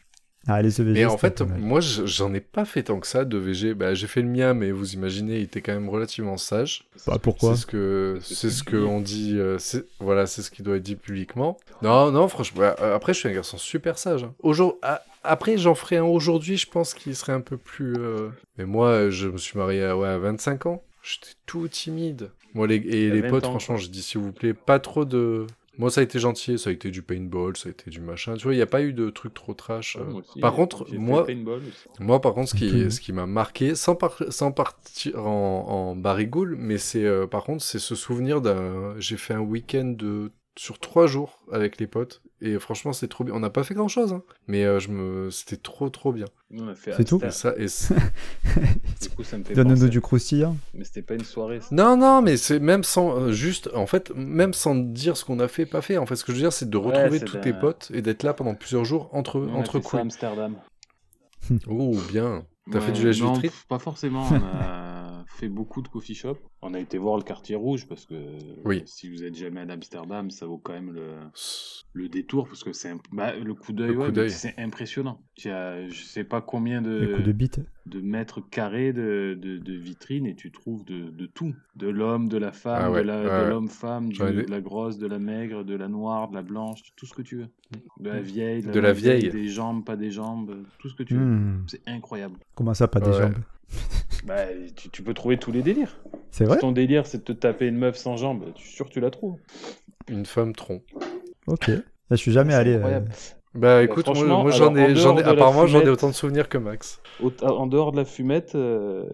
A: Ah, les EVG.
B: Mais en
A: c'était
B: fait,
A: pas mal.
B: moi, je- j'en ai pas fait tant que ça de VG. Bah, j'ai fait le mien, mais vous imaginez, il était quand même relativement sage.
A: Bah, pourquoi
B: C'est ce que
C: C'est ce
B: c'est
C: que
B: ce
C: tu
B: que
C: dis.
B: on dit. euh, c'est- voilà, c'est ce qui doit être dit publiquement. Non, non, franchement. bah, euh, après, je suis un garçon super sage. hein. Aujourd- à- après, j'en ferai un aujourd'hui. Je pense qu'il serait un peu plus. euh, Mais moi, euh, je me suis marié à, ouais, à 25 ans. J'étais tout timide. Moi, les, et
C: T'as
B: les
C: 20
B: potes,
C: ans,
B: franchement, je dis s'il vous plaît, pas trop de. Moi, ça a été gentil. Ça a été du paintball, ça a été du machin. Tu vois, il n'y a pas eu de truc trop trash. euh.
C: Ouais, moi aussi,
B: Par
C: j'ai-
B: contre,
C: j'ai fait
B: moi,
C: paintball aussi.
B: moi, par contre, ce qui,
A: Ok.
B: ce qui m'a marqué, sans, par- sans partir en, en barigoule, mais c'est, euh, par contre, c'est ce souvenir d'un. J'ai fait un week-end de sur trois jours avec les potes et franchement, c'est trop bien. On n'a pas fait grand-chose, hein, mais euh, je me, c'était trop, trop bien.
C: Nous, on a fait
A: C'est tout
B: Et
C: Amsterdam.
B: ça, et c'est-
C: Du coup, ça me fait
A: Donne-nous
C: penser.
A: du croustillant.
C: Mais c'était pas une soirée. c'était-
B: non, non, mais c'est même sans, euh, juste, en fait, même sans dire ce qu'on a fait, pas fait. En fait, ce que je veux dire, c'est de
C: Ouais,
B: retrouver
C: c'est
B: tous
C: d'un-
B: tes potes et d'être là pendant plusieurs jours entre,
C: Nous, on a
B: Euh, entre
C: fait ça à
B: couilles.
C: Amsterdam.
B: Oh, bien. T'as fait
C: Ouais,
B: du lèche
C: non,
B: vitrine
C: pff, Pas forcément. On a fait beaucoup de coffee shop. On a été voir le quartier rouge parce que
B: Oui.
C: si vous êtes jamais à Amsterdam, ça vaut quand même le, le détour parce que c'est imp- bah, le coup d'œil.
B: Le coup
C: ouais, mais
B: d'œil.
C: c'est impressionnant. Tu as je sais pas combien
B: Euh,
A: Le coup de
C: de,
A: bite.
C: de mètres carrés de, de, de vitrines et tu trouves de, de tout. De l'homme, de la femme,
B: Ah ouais,
C: de la-
B: ouais,
C: de
B: ouais.
C: l'homme-femme, du-
B: J'en ai-
C: de la grosse, de la maigre, de la noire, de la blanche, tout ce que tu veux. De la vieille,
B: Mm. De la
C: moins
B: vieille.
C: des jambes, pas des jambes, tout ce que tu veux.
A: Hmm.
C: C'est incroyable.
A: Comment ça, pas des
B: Ouais.
A: jambes
C: Bah, tu, tu peux trouver tous les délires.
A: C'est
C: Si
A: vrai
C: ton délire, c'est de te taper une meuf sans jambes, je suis sûr que tu la trouves.
B: Une femme tronc.
A: Ok. Là, je suis jamais
C: C'est
A: allé. euh,
C: incroyable.
B: Bah écoute, moi,
C: franchement,
B: moi, j'en
C: alors, en
B: ai, j'en ai,
C: dehors de la
B: apparemment j'en ai
C: fumette-
B: autant de souvenirs que Max.
C: Au- en dehors de la fumette euh,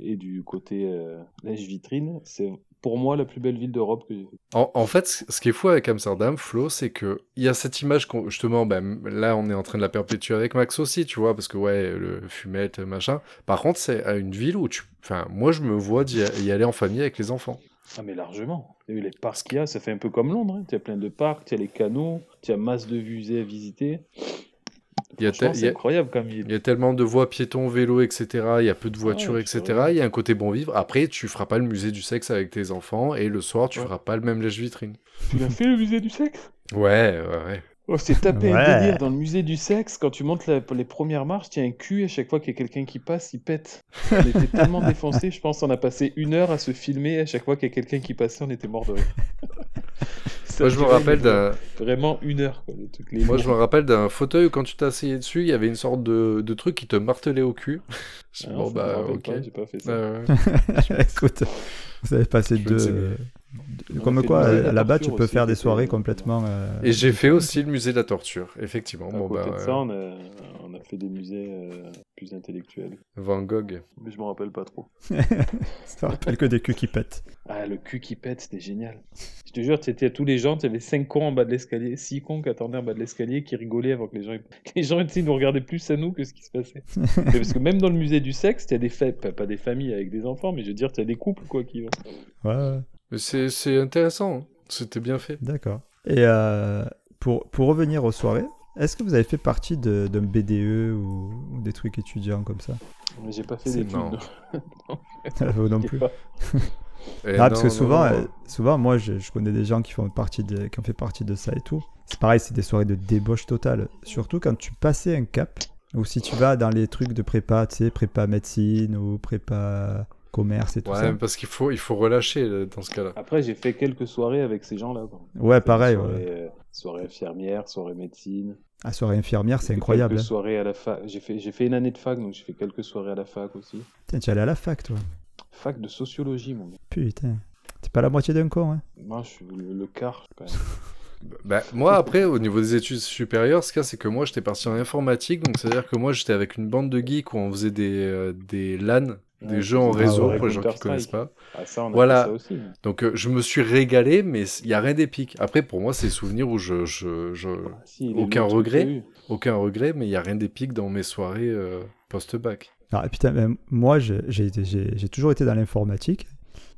C: et du côté euh, lèche-vitrine, c'est pour moi la plus belle ville d'Europe que j'ai faite.
B: En, en fait, ce ce qui est fou avec Amsterdam, Flo, c'est que il y a cette image qu'on, justement, bah, m- là on est en train de la perpétuer avec Max aussi, tu vois, parce que ouais, le fumette, machin. Par contre, c'est à une ville où tu, enfin, moi je me vois d'y a- y aller en famille avec les enfants.
C: Ah, mais largement. T'as vu les parcs qu'il y a, ça fait un peu comme Londres. Hein. Tu as plein de parcs, tu as les canaux, tu as masse de musées à visiter.
B: Il y a
C: Franchement,
B: te- il
C: c'est
B: y a-
C: incroyable comme ville.
B: Il y a tellement de voies piétons, vélos, etc. Il y a peu de voitures,
C: Ah Ouais, c'est
B: etc. Il y a un côté bon vivre. Après, tu feras pas le musée du sexe avec tes enfants et le soir, tu
C: Ouais.
B: feras pas le même lèche vitrine.
C: Tu l'as fait le musée du sexe
B: Ouais, ouais, ouais.
C: Oh, c'est tapé
A: Ouais.
C: un délire dans le musée du sexe. Quand tu montes la- les premières marches, tiens un cul et à chaque fois qu'il y a quelqu'un qui passe, il pète. On était tellement défoncés, je pense qu'on a passé une heure à se filmer. À chaque fois qu'il y a quelqu'un qui passait, on était mort de rire. Ça
B: Moi, je me
C: durait
B: rappelle
C: une-
B: d'un,
C: Vraiment une heure, quoi, le truc. Les
B: Moi, je me rappelle d'un fauteuil où quand tu t'asseyais dessus, il y avait une sorte de, de truc qui te martelait au cul. Je dis,
C: Ah,
B: bon,
C: ça me
B: bah,
C: rappelle
B: ok.
C: pas, j'ai pas fait ça.
B: Euh,
A: Écoute, vous avez passé
B: Je ne
A: deux.
B: sais plus.
A: deux-
C: On a
A: Comme
C: fait
A: quoi,
C: une
A: euh,
C: soirée
A: là-bas, tu
C: d'ouverture
A: peux
C: aussi,
A: faire des
C: c'était-
A: soirées complètement. euh,
B: Et j'ai fait aussi le musée de la torture, effectivement.
C: À
B: Bon,
C: côté
B: bah,
C: de
B: ouais.
C: ça, on a, on a fait des musées euh, plus intellectuels.
B: Van Gogh.
C: Mais je me rappelle pas trop.
A: Ça rappelle que des culs qui pètent.
C: Ah, le cul qui pète, c'était génial. Je te jure, t'étais à tous les gens, t'avais 5 cons en bas de l'escalier, 6 cons qui attendaient en bas de l'escalier, qui rigolaient avant que les gens. Les gens, tu sais, nous regardaient plus à nous que ce qui se passait. Mais parce que même dans le musée du sexe, t'as des fêtes, pas- pas des familles avec des enfants, mais je veux dire, t'as des couples, quoi, qui vont.
A: Ouais, ouais.
B: Mais c'est c'est intéressant. hein. C'était bien fait.
A: D'accord. Et euh, pour, pour revenir aux soirées, est-ce que vous avez fait partie de- d'un BDE ou, ou des trucs étudiants comme ça
C: Mais j'ai pas fait
B: C'est
C: d'études.
B: marrant.
C: donc
A: Vous non
C: je sais
A: plus.
C: pas.
B: Eh
A: Ah, parce
B: non,
A: que souvent,
B: non, non.
A: euh, souvent moi, je, je connais des gens qui, font partie de- qui ont fait partie de ça et tout. C'est pareil, c'est des soirées de débauche totale. Surtout quand tu passais un cap, ou si tu vas dans les trucs de prépa, tu sais, prépa médecine ou prépa commerce et tout
B: Ouais,
A: ça.
B: mais parce qu'il faut, il faut relâcher là, dans ce cas-là.
C: Après, j'ai fait quelques soirées avec ces gens-là. quoi.
A: Ouais, pareil. ouais.
C: Soirée, euh, soirée infirmière, soirée médecine.
A: Ah, soirée infirmière, c'est
C: J'ai fait
A: incroyable.
C: Quelques
A: hein.
C: soirées à la fac. J'ai fait, j'ai fait une année de fac, donc j'ai fait quelques soirées à la fac aussi.
A: Putain, tu es allé à la fac, toi.
C: Fac de sociologie, mon gars.
A: Putain. T'es pas la moitié d'un con, hein.
C: Moi, je suis le, le quart, quand même.
B: Bah, moi, après, au niveau des études supérieures, ce qu'il y a, c'est que moi, j'étais parti en informatique. Donc, c'est-à-dire que moi, j'étais avec une bande de geeks où on faisait des, euh, des LAN, des
C: Ouais,
B: jeux en
A: ah
B: réseau
A: ouais.
B: pour les gens qui
C: Counter-Strike.
B: connaissent pas.
C: Ah, ça, on a
B: Voilà.
C: fait ça aussi. mais-
B: Donc, euh, je me suis régalé, mais il n'y a rien d'épique. Après, pour moi, c'est souvenirs où je. je, je-
C: Ah, si, les
B: Aucun
C: notes que
B: regret.
C: j'ai eues.
B: Aucun regret, mais il n'y a rien d'épique dans mes soirées euh, post-bac.
A: Ah putain, ben, moi je- j'ai été- j'ai j'ai toujours été dans l'informatique.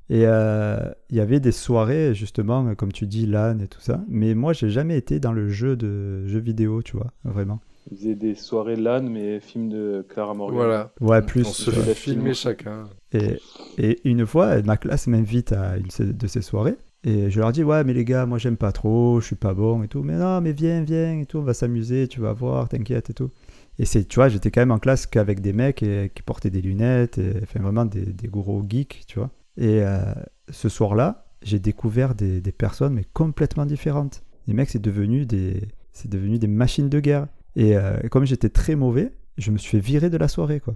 A: Et euh, il y avait des soirées, justement, comme tu dis, LAN et tout ça. Mais moi, j'ai jamais été dans le jeu de jeu vidéo, tu vois, vraiment.
C: Ils faisaient des soirées LAN, mais films de Clara Morgan.
B: Voilà.
A: Ouais, plus. euh,
B: on se
A: tu vois.
B: fait
C: ouais.
B: Oh, filmer chacun.
A: Et, et une fois, ma classe m'invite à une se- de ces soirées. Et je leur dis, ouais, mais les gars, moi, j'aime pas trop, je suis pas bon et tout. Mais non, mais viens, viens et tout, on va s'amuser, tu vas voir, t'inquiète et tout. Et c'est, tu vois, j'étais quand même en classe qu'avec des mecs et- qui portaient des lunettes, et, enfin, vraiment des, des gros geeks, tu vois. Et euh, ce soir-là, j'ai découvert des, des personnes, mais complètement différentes. Les mecs, c'est devenu des, c'est devenu des machines de guerre. Et euh, comme j'étais très mauvais, je me suis fait virer de la soirée, quoi.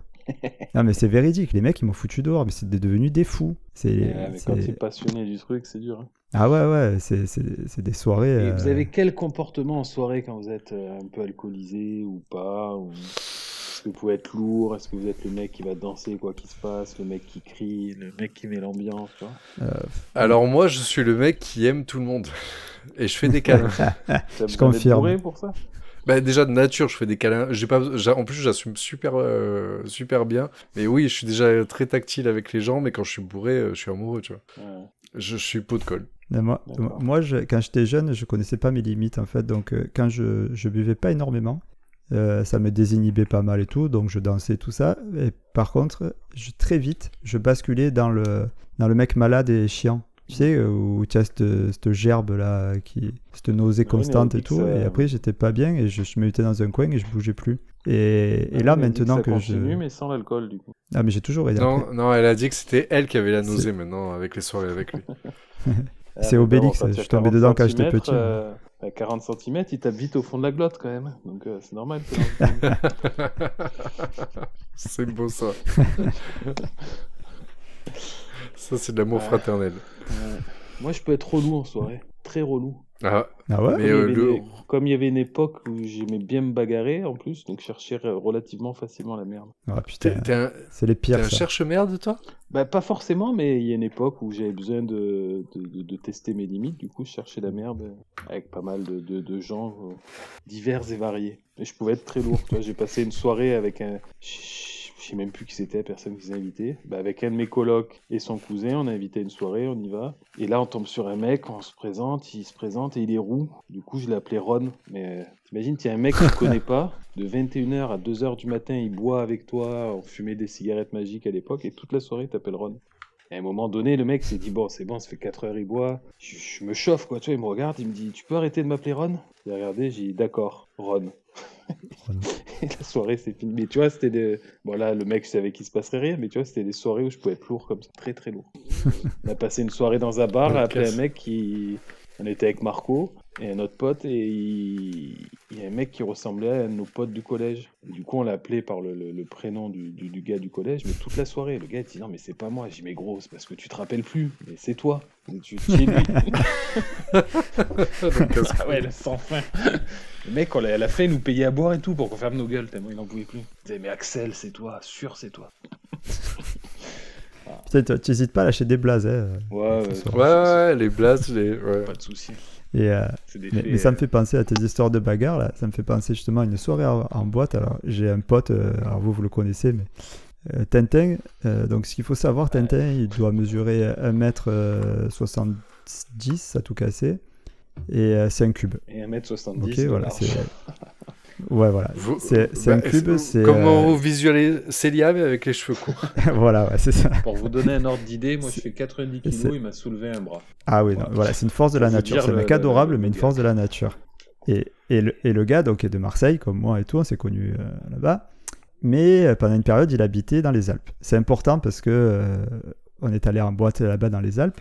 A: non, mais c'est véridique. Les mecs, ils m'ont foutu dehors, mais c'est de- devenu des fous. C'est,
C: Eh Ouais, mais quand
A: c'est-
C: t'es passionné du truc, c'est dur. hein.
A: Ah ouais, ouais, c'est, c'est- c'est des soirées.
C: Et vous
A: euh,
C: avez quel comportement en soirée quand vous êtes euh, un peu alcoolisé ou pas ou- Est-ce que vous pouvez être lourd Est-ce que vous êtes le mec qui va danser quoi qu'il se passe Le mec qui crie Le mec qui met l'ambiance tu vois
B: Alors, moi, je suis le mec qui aime tout le monde. Et je fais des câlins.
C: Ça
A: Je
C: vous en êtes
A: confirme.
C: bourré pour ça
B: Bah déjà de nature, je fais des câlins. J'ai pas, j'a- en plus j'assume super, euh, super bien. Mais oui, je suis déjà très tactile avec les gens, mais quand je suis bourré, euh, je suis amoureux, tu vois.
C: Ouais.
B: Je, je suis pot de colle.
A: Non, euh, moi,
C: D'accord.
A: moi, je- quand j'étais jeune, je connaissais pas mes limites en fait. Donc, euh, quand je, je buvais pas énormément, euh, ça me désinhibait pas mal et tout. Donc, je dansais tout ça. Et par contre, je- très vite, je basculais dans le, dans le mec malade et chiant. Tu sais, euh, où tu as cette, cette gerbe là, qui, cette nausée
C: mais
A: constante
C: on
A: et
C: dit que
A: tout.
C: Ah ça-
A: Et après, j'étais pas bien et je, je me mettais dans un coin et je bougeais plus. Et, et là,
C: Elle dit
A: maintenant
C: Ah ça
A: que,
C: continue,
A: je.
C: mais sans l'alcool du coup.
A: Ah, mais j'ai toujours été. après.
B: Non, non, elle a dit que c'était elle qui avait la
A: C'est-
B: nausée maintenant avec les soirées avec lui.
A: C'est
C: Ah,
A: Obélix,
C: d'abord, quand
A: je
C: t'as
A: suis tombé
C: 40
A: dedans quand j'étais
C: centimètres,
A: petit,
C: euh, à 40 cm, il tape vite au fond de la glotte quand même. Donc euh, c'est normal. que-
B: c'est beau ça. ça c'est de l'amour
C: Ouais.
B: fraternel.
C: Ouais. Moi je peux être relou en soirée. Très relou.
B: Ah,
A: Ah ouais
B: Mais,
C: comme,
B: euh,
C: il y avait
B: le-
C: des- comme il y avait une époque où j'aimais bien me bagarrer en plus, donc je cherchais re- relativement facilement la merde.
A: Ah,
B: t'es,
A: putain,
B: t'es un,
A: c'est les
B: t'es
A: pires.
B: un
A: ça.
B: cherche-merde toi
C: Bah pas forcément, mais il y a une époque où j'avais besoin de, de, de- de tester mes limites, du coup je cherchais la merde euh, avec pas mal de, de, de gens euh, divers et variés. Et je pouvais être très lourd, tu vois, j'ai passé une soirée avec un... Je je sais même plus qui c'était, personne qui s'est invité. Bah, avec un de mes colocs et son cousin, on a invité à une soirée, on y va. Et là on tombe sur un mec, on se présente, il se présente et il est roux. Du coup je l'ai appelé Ron, mais euh, t'imagines, t'es un mec que tu connais pas, de 21h à 2h du matin, il boit avec toi, on fumait des cigarettes magiques à l'époque, et toute la soirée, il t'appelle Ron. Et à un moment donné, le mec s'est dit Bon, c'est bon, ça fait 4 heures, il boit. Je, je me chauffe, quoi. Tu vois, il me regarde, il me dit Tu peux arrêter de m'appeler Ron J'ai regardé, j'ai dit D'accord, Ron.
A: Ron.
C: et la soirée, c'est fini. Mais tu vois, c'était des. Bon, là, le mec, je savais qu'il se passerait rien, mais tu vois, c'était des soirées où je pouvais être lourd, comme ça, très très lourd. On a passé une soirée dans un bar,
B: Ouais,
C: à appeler
B: casse.
C: un mec qui. On était avec Marco. Et notre pote, et il... il y a un mec qui ressemblait à un de nos potes du collège. Du coup, on l'a appelé par le, le- le prénom du, du- du gars du collège, mais toute la soirée, le gars il dit non, mais c'est pas moi. J'ai dit, mais gros, c'est parce que tu te rappelles plus, mais c'est toi. Et tu, tu es lui.
B: Donc, euh,
C: ah ouais, là, sans fin. Le mec, on l'a- à la fin, il nous payait à boire et tout pour qu'on ferme nos gueules, tellement il n'en pouvait plus. Il disait, mais Axel, c'est toi, sûr, c'est toi.
A: Putain, tu- tu hésites pas à lâcher des blazes. hein.
C: Ouais, ouais,
A: Ça
B: ouais, ouais, les blasts, les... ouais.
C: Pas de soucis.
A: Et, euh,
C: C'est des
A: mais,
C: faits,
A: mais ça me fait penser à tes histoires de bagarre, là. Ça me fait penser justement à une soirée en, en boîte. Alors, j'ai un pote, euh, alors vous, vous le connaissez, mais euh, Tintin. euh, donc, ce qu'il faut savoir, Tintin, il doit mesurer euh, 1m70 euh, à tout casser. Et euh, c'est un cube.
C: Et 1m70.
A: Ok,
C: de
A: voilà.
C: large.
A: c'est- Ouais, voilà.
B: Vous-
A: C'est c'est un
B: bah,
A: cube, c'est.
B: Comment
A: euh,
B: vous visualisez Célia mais avec les cheveux courts
A: voilà, ouais, c'est ça.
C: Pour vous donner un ordre d'idée, moi je fais 90
A: C'est-
C: kilos, il m'a soulevé un bras.
A: Ah oui, non, voilà, c'est une force de la
C: Faut
A: nature.
C: dire
A: C'est un
C: le-
A: mec
C: le-
A: adorable,
C: le
A: mais une
C: gars.
A: force de la nature. Et, et, le, et le gars, donc, est de Marseille, comme moi et tout, on s'est connus euh, là-bas. Mais euh, pendant une période, il habitait dans les Alpes. C'est important parce que euh, on est allé en boîte là-bas dans les Alpes.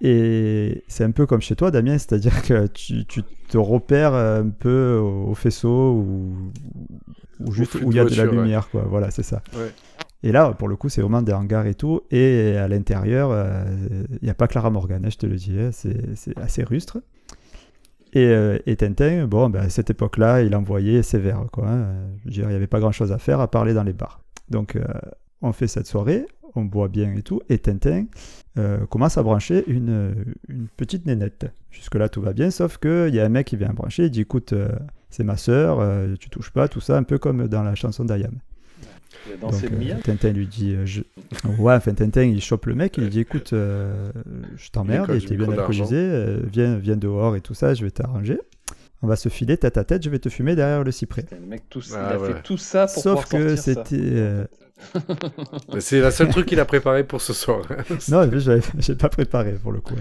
A: Et c'est un peu comme chez toi, Damien, c'est-à-dire que tu, tu te repères un peu au, au faisceau ou, ou juste
B: flux de
A: où il y a de la
B: voiture, ouais.
A: lumière, quoi. Voilà, c'est ça.
B: Ouais.
A: Et là, pour le coup, c'est vraiment des hangars et tout. Et à l'intérieur, euh, il n'y a pas Clara Morgan, hein, je te le dis, hein, c'est c'est assez rustre. Et, euh, et Tintin, bon, ben, à cette époque-là, il envoyait sévère, quoi. hein. Je veux dire, il n'y avait pas grand-chose à faire à parler dans les bars. Donc, euh, on fait cette soirée, on boit bien et tout, et Tintin euh, commence à brancher une, une petite nénette. Jusque-là, tout va bien, sauf qu'il y a un mec qui vient brancher, il dit, écoute, euh, c'est ma sœur, euh, tu touches pas, tout ça, un peu comme dans la chanson d'Ayam.
C: Il a dansé
A: Donc,
C: le
A: euh,
C: mien.
A: Tintin lui dit, euh, je- ouais, enfin Tintin, il chope le mec, il lui dit, écoute, euh, je t'emmerde,
B: Nicolas,
A: et
B: j'ai
A: t'es
B: micro
A: bien
B: d'argent.
A: alcoolisé, euh, viens, viens dehors et tout ça, je vais t'arranger. On va se filer tête à tête, je vais te fumer derrière le cyprès.
C: Putain, Le mec, tout,
B: Ah,
C: il a
B: voilà.
C: fait tout ça pour
A: Sauf
C: pouvoir
A: que
C: sortir ça.
A: c'était... euh,
B: Mais C'est la seule truc qu'il a préparé pour ce soir.
A: Non, mais j'avais- j'ai pas préparé pour le coup.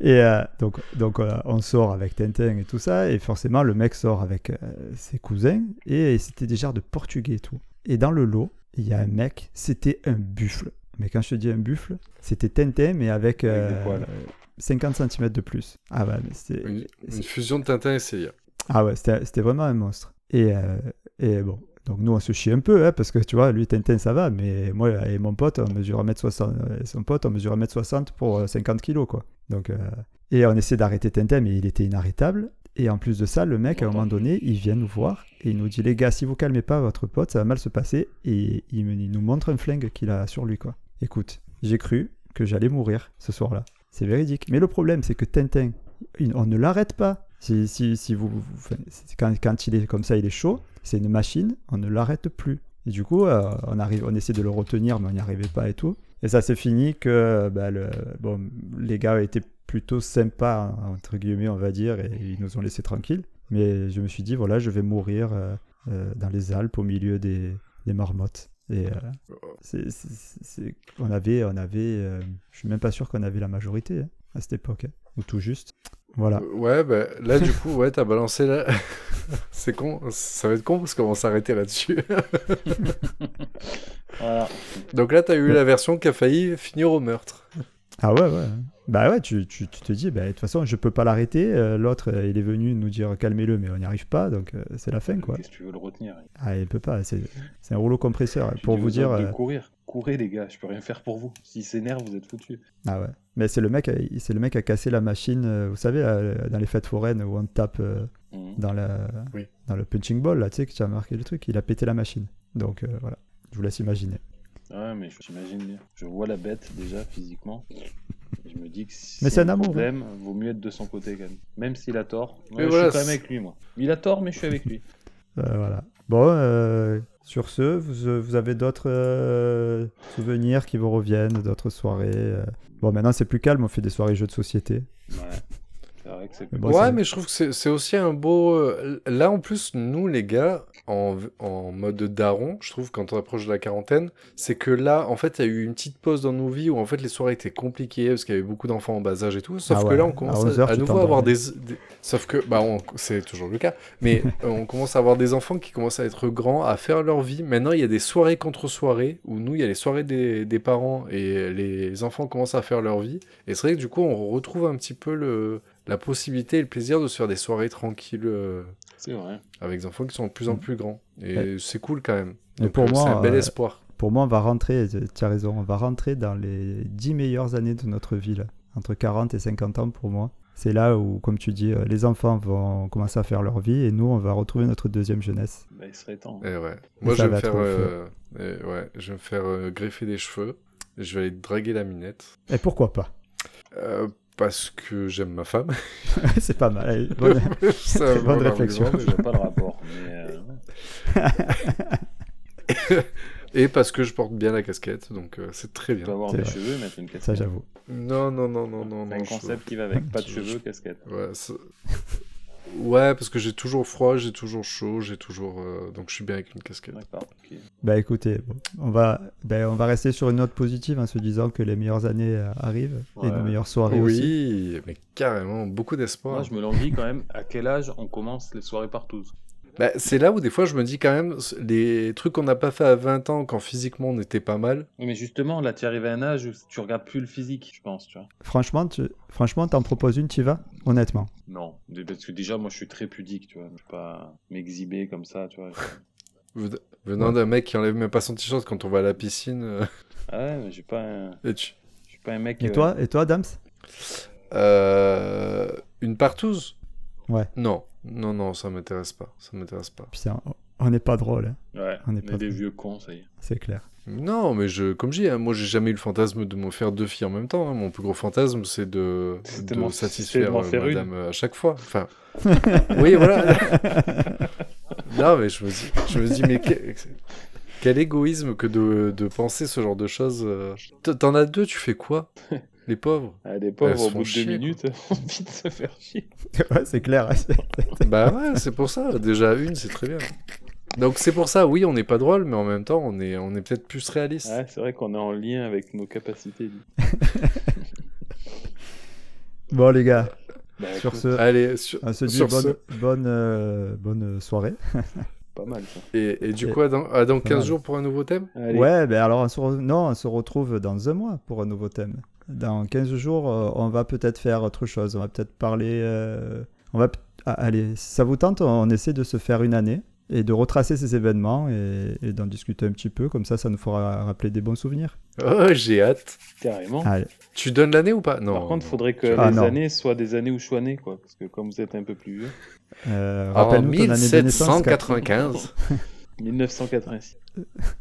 A: Et euh, donc, donc euh, on sort avec Tintin et tout ça, et forcément le mec sort avec euh, ses cousins, et c'était des genres de portugais et tout. Et dans le lot, il y a un mec, c'était un buffle. Mais quand je te dis un buffle, c'était Tintin, mais avec,
C: Avec des
A: euh,
C: poils.
A: 50 cm de plus. Ah ouais, mais c'est...
B: Une, une
A: c'est-
B: fusion de Tintin et Célia.
A: ah ouais, c'était c'était vraiment un monstre. Et, euh, et bon, donc nous on se chie un peu, hein, parce que tu vois, lui Tintin ça va, mais moi et mon pote, on mesure 1m60, et euh, son pote, on mesure 1m60 pour euh, 50 kilos, quoi. Donc, euh, et on essaie d'arrêter Tintin, mais il était inarrêtable. Et en plus de ça, le mec, à un moment donné, il vient nous voir et il nous dit, les gars, si vous calmez pas votre pote, ça va mal se passer. Et il, me- il nous montre un flingue qu'il a sur lui, quoi. Écoute, j'ai cru que j'allais mourir ce soir-là. C'est véridique. Mais le problème, c'est que Tintin, il- on ne l'arrête pas. Si, si, si vous, vous- enfin, c'est- quand, quand il est comme ça, il est chaud, c'est une machine, on ne l'arrête plus. Et du coup, euh, on, arrive, on essaie de le retenir, mais on n'y arrivait pas et tout. Et ça s'est fini que euh, bah, le- bon, les gars étaient plutôt sympas, hein, entre guillemets, on va dire, et ils nous ont laissés tranquilles. Mais je me suis dit, voilà, je vais mourir euh, euh, dans les Alpes au milieu des, des marmottes. Et euh, c'est- c'est- c'est- on avait, on avait euh, je suis même pas sûr qu'on avait la majorité hein, à cette époque, hein, ou tout juste. Voilà.
B: Euh, Ouais, bah, là, du coup, ouais, t'as balancé là. C'est con, ça va être con parce qu'on va s'arrêter là-dessus.
C: Voilà.
B: Donc là, t'as eu la version qui a failli finir au meurtre.
A: Ah ouais, ouais. Bah ouais, tu, tu, tu te dis, bah, de toute façon, je peux pas l'arrêter. euh, L'autre, euh, il est venu nous dire calmez-le, mais on n'y arrive pas, donc euh, c'est la fin, quoi.
C: Qu'est-ce que tu veux le retenir hein.
A: Ah, il peut pas, c'est c'est un rouleau compresseur.
C: J'ai
A: Pour
C: dit
A: vous
C: aux
A: dire.
C: autres
A: euh,
C: De courir. Courez, les gars, je peux rien faire pour vous. S'il s'énerve, vous êtes foutus.
A: Ah ouais. Mais c'est le mec, euh, c'est le mec qui a cassé la machine, euh, vous savez, euh, dans les fêtes foraines où on tape euh,
C: Mhm.
A: dans, la,
B: Oui.
A: dans le punching ball, là, tu sais, que tu as marqué le truc, il a pété la machine. Donc euh, voilà, je vous laisse imaginer.
C: Ouais, mais j'imagine bien. Je vois la bête déjà physiquement. Je me dis que si
A: Mais c'est un amour, hein.
C: problème, vaut mieux être de son côté quand même. Même s'il a tort. Non,
B: Mais
C: je
B: voilà,
C: suis quand même
B: c'est-
C: avec lui, moi. Il a tort, mais je suis avec lui.
A: Euh, voilà. Bon, euh, sur ce, vous, euh, vous avez d'autres euh, souvenirs qui vous reviennent, d'autres soirées. euh. Bon, maintenant c'est plus calme, on fait des soirées jeux de société.
C: Ouais. C'est vrai que c'est.
A: Mais bon,
B: ouais,
A: ça-
B: mais je trouve que c'est- c'est aussi un beau. euh, Là, en plus, nous, les gars, en, en mode daron, je trouve, quand on approche de la quarantaine, c'est que là, en fait, il y a eu une petite pause dans nos vies où, en fait, les soirées étaient compliquées parce qu'il y avait beaucoup d'enfants en bas âge et tout. Sauf
A: Ah
B: que
A: ouais,
B: là, on
A: à
B: commence
A: 11
B: à,
A: heures,
B: à
A: tu
B: nouveau avoir des,
A: t'endormais.
B: des- Sauf que, bah, on- c'est toujours le cas, mais euh, on commence à avoir des enfants qui commencent à être grands, à faire leur vie. Maintenant, il y a des soirées contre soirées où nous, il y a les soirées des, des parents et les enfants commencent à faire leur vie. Et c'est vrai que, du coup, on retrouve un petit peu le la possibilité et le plaisir de se faire des soirées tranquilles euh,
C: C'est vrai.
B: avec des enfants qui sont de plus en
A: Mm.
B: plus grands. Et
A: Ouais.
B: c'est cool quand même.
A: Et
B: Donc,
A: pour
B: euh,
A: moi,
B: c'est un bel
A: euh,
B: espoir.
A: Pour moi, on va rentrer, euh, tu as raison, on va rentrer dans les 10 meilleures années de notre vie, là. entre 40 et 50 ans pour moi. C'est là où, comme tu dis, euh, les enfants vont commencer à faire leur vie et nous, on va retrouver notre deuxième jeunesse.
C: Bah, il serait temps.
B: Et ouais. Moi,
A: ça
B: je vais
A: va
B: me faire,
A: trop le
B: euh, et ouais, je vais me faire euh, greffer des cheveux. Je vais aller draguer la minette.
A: Et pourquoi pas
B: Euh, parce que j'aime ma femme.
A: C'est pas mal. Allez, bonne-
B: C'est
A: Très
B: un
A: bonne
B: bon argument,
A: réflexion.
B: mais
C: Je vois pas le rapport. Mais, euh, ouais.
B: Et parce que je porte bien la casquette, donc euh, c'est très
C: Tu
B: bien.
C: dois avoir
A: C'est
C: des
A: vrai.
C: cheveux et mettre une casquette.
A: Ça, j'avoue.
B: Non, non, non, non, non,
C: C'est un
B: non. je-
C: concept qui va avec. Pas de cheveux, casquette.
B: Ouais, ça- ouais, parce que j'ai toujours froid, j'ai toujours chaud, j'ai toujours. euh, Donc je suis bien avec une casquette.
C: D'accord. ok.
A: Bah écoutez, bon, on, va, ben, on va rester sur une note positive en se disant que les meilleures années euh, arrivent et
C: Ouais.
A: nos meilleures soirées aussi.
B: Oui, mais carrément, beaucoup
C: Moi,
B: d'espoir.
C: je me languis quand même. À quel âge on commence les soirées partout
B: Bah, c'est là où des fois je me dis quand même, c- les trucs qu'on n'a pas fait à 20 ans quand physiquement on était pas mal.
C: Oui, Mais justement, là, tu arrives à un âge où tu regardes plus le physique, je pense, tu vois.
A: Franchement, tu franchement, t'en proposes une, tu vas Honnêtement.
C: Non, dé- parce que déjà, moi, je suis très pudique, tu vois. Je ne pas m'exhiber comme ça, tu vois.
B: Ven- Venant d'un mec qui enlève même pas son t-shirt quand on va à la piscine. euh,
C: Ah ouais, mais j'ai pas un...
B: et tu-
C: je suis pas un mec...
A: Et
C: euh,
A: toi, et toi, Dams
B: Euh, Une partouze
A: Ouais.
B: Non, non, non, ça m'intéresse pas. Ça m'intéresse pas.
A: Putain, on- on n'est pas drôle, hein,
C: euh, Ouais,
A: On
C: on
A: est
C: est
A: pas
C: des
A: très-
C: vieux cons, ça y est.
A: c'est clair.
B: Non, mais je, comme je dis, hein, moi j'ai jamais eu le fantasme de me faire deux filles en même temps. hein. Mon plus gros fantasme, c'est de,
C: C'est
B: de
C: de m'en- c'est
B: satisfaire
C: de m'en
B: euh,
C: faire une.
B: madame euh, à chaque fois. Enfin, oui, voilà. non, mais je me dis, je me dis mais que- quel égoïsme que de, de penser ce genre de choses. euh. T- T'en as deux, tu fais quoi Les pauvres
C: Ah, des
B: Elles
C: pauvres,
B: se
C: au
B: font
C: bout de
B: chier,
C: deux
B: quoi.
C: minutes, on envie de se faire chier.
A: ouais, c'est clair.
B: Bah ouais, c'est pour ça. Déjà une, c'est très bien. Donc c'est pour ça, oui, on n'est pas drôle, mais en même temps, on est, on est peut-être plus réaliste.
C: Ouais, c'est vrai qu'on est en lien avec nos capacités. lui.
A: bon, les gars,
C: Bah,
A: sur
C: écoute,
A: ce,
B: Allez, sur,
A: on se dit
B: sur
A: bonne,
B: ce-
A: bonne, euh, bonne soirée.
C: Pas mal, ça.
B: Et, et du
A: Et-
B: coup, à dans, à dans
A: Pas
B: 15
A: mal.
B: jours pour un nouveau thème
C: Allez,
A: Ouais, ben alors on se, re- non, on se retrouve dans un mois pour un nouveau thème. Dans 15 jours, euh, on va peut-être faire autre chose. On va peut-être parler. euh, on va. p- ah, allez, si ça vous tente, on essaie de se faire une année et de retracer ces événements et, et d'en discuter un petit peu. Comme ça, ça nous fera rappeler des bons souvenirs.
B: Oh, j'ai hâte.
C: carrément.
A: Allez,
B: Tu donnes l'année ou pas Non.
C: Par contre,
B: non.
C: faudrait que
A: Ah,
C: les
A: non.
C: années soient des années où je suis né, quoi. Parce que comme vous êtes un peu plus vieux,
A: euh,
B: En
A: rappelle-nous ton année de naissance. Cap-
B: 1795.
C: 1986.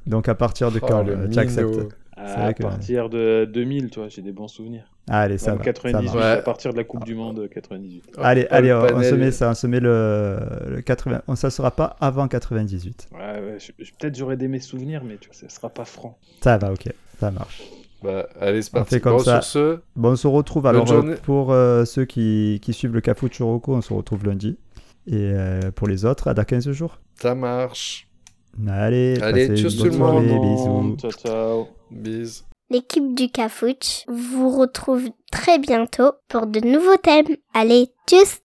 A: Donc à partir de
B: Oh,
A: quand
B: le
A: euh,
B: minot.
A: tu acceptes
C: À,
A: vrai que-
C: partir de 2000, tu vois, j'ai des bons souvenirs.
A: Allez, ça
C: Même
A: va. ça
C: 98,
A: marche.
B: Ouais.
C: à partir de la Coupe du Monde 98.
B: Oh,
A: Allez,
B: oh,
A: allez,
B: le
A: on, on se
B: panel.
A: met ça, on se met le, le 80. On, ça sera pas avant 98.
C: Ouais, ouais, je- je- peut-être j'aurais des mes souvenirs, mais tu vois, ça sera pas franc.
A: Ça va, ok, ça marche.
B: Bah, allez, c'est
A: On
B: parti.
A: fait comme
B: Bon,
A: ça.
B: sur ce,
A: Bon, on se retrouve alors euh,
B: journée.
A: pour euh, ceux qui, qui suivent le Cafu de Choroko, on se retrouve lundi. Et euh, pour les autres, à dans 15 jours.
B: ça marche.
A: Allez,
B: Allez,
A: passez
B: tchuss
A: une
B: tout
A: bonne soirée,
B: le
C: monde.
A: bisous.
C: Ciao, ciao.
B: Bis.
D: L'équipe du Cafouche vous retrouve très bientôt pour de nouveaux thèmes. Allez, tchuss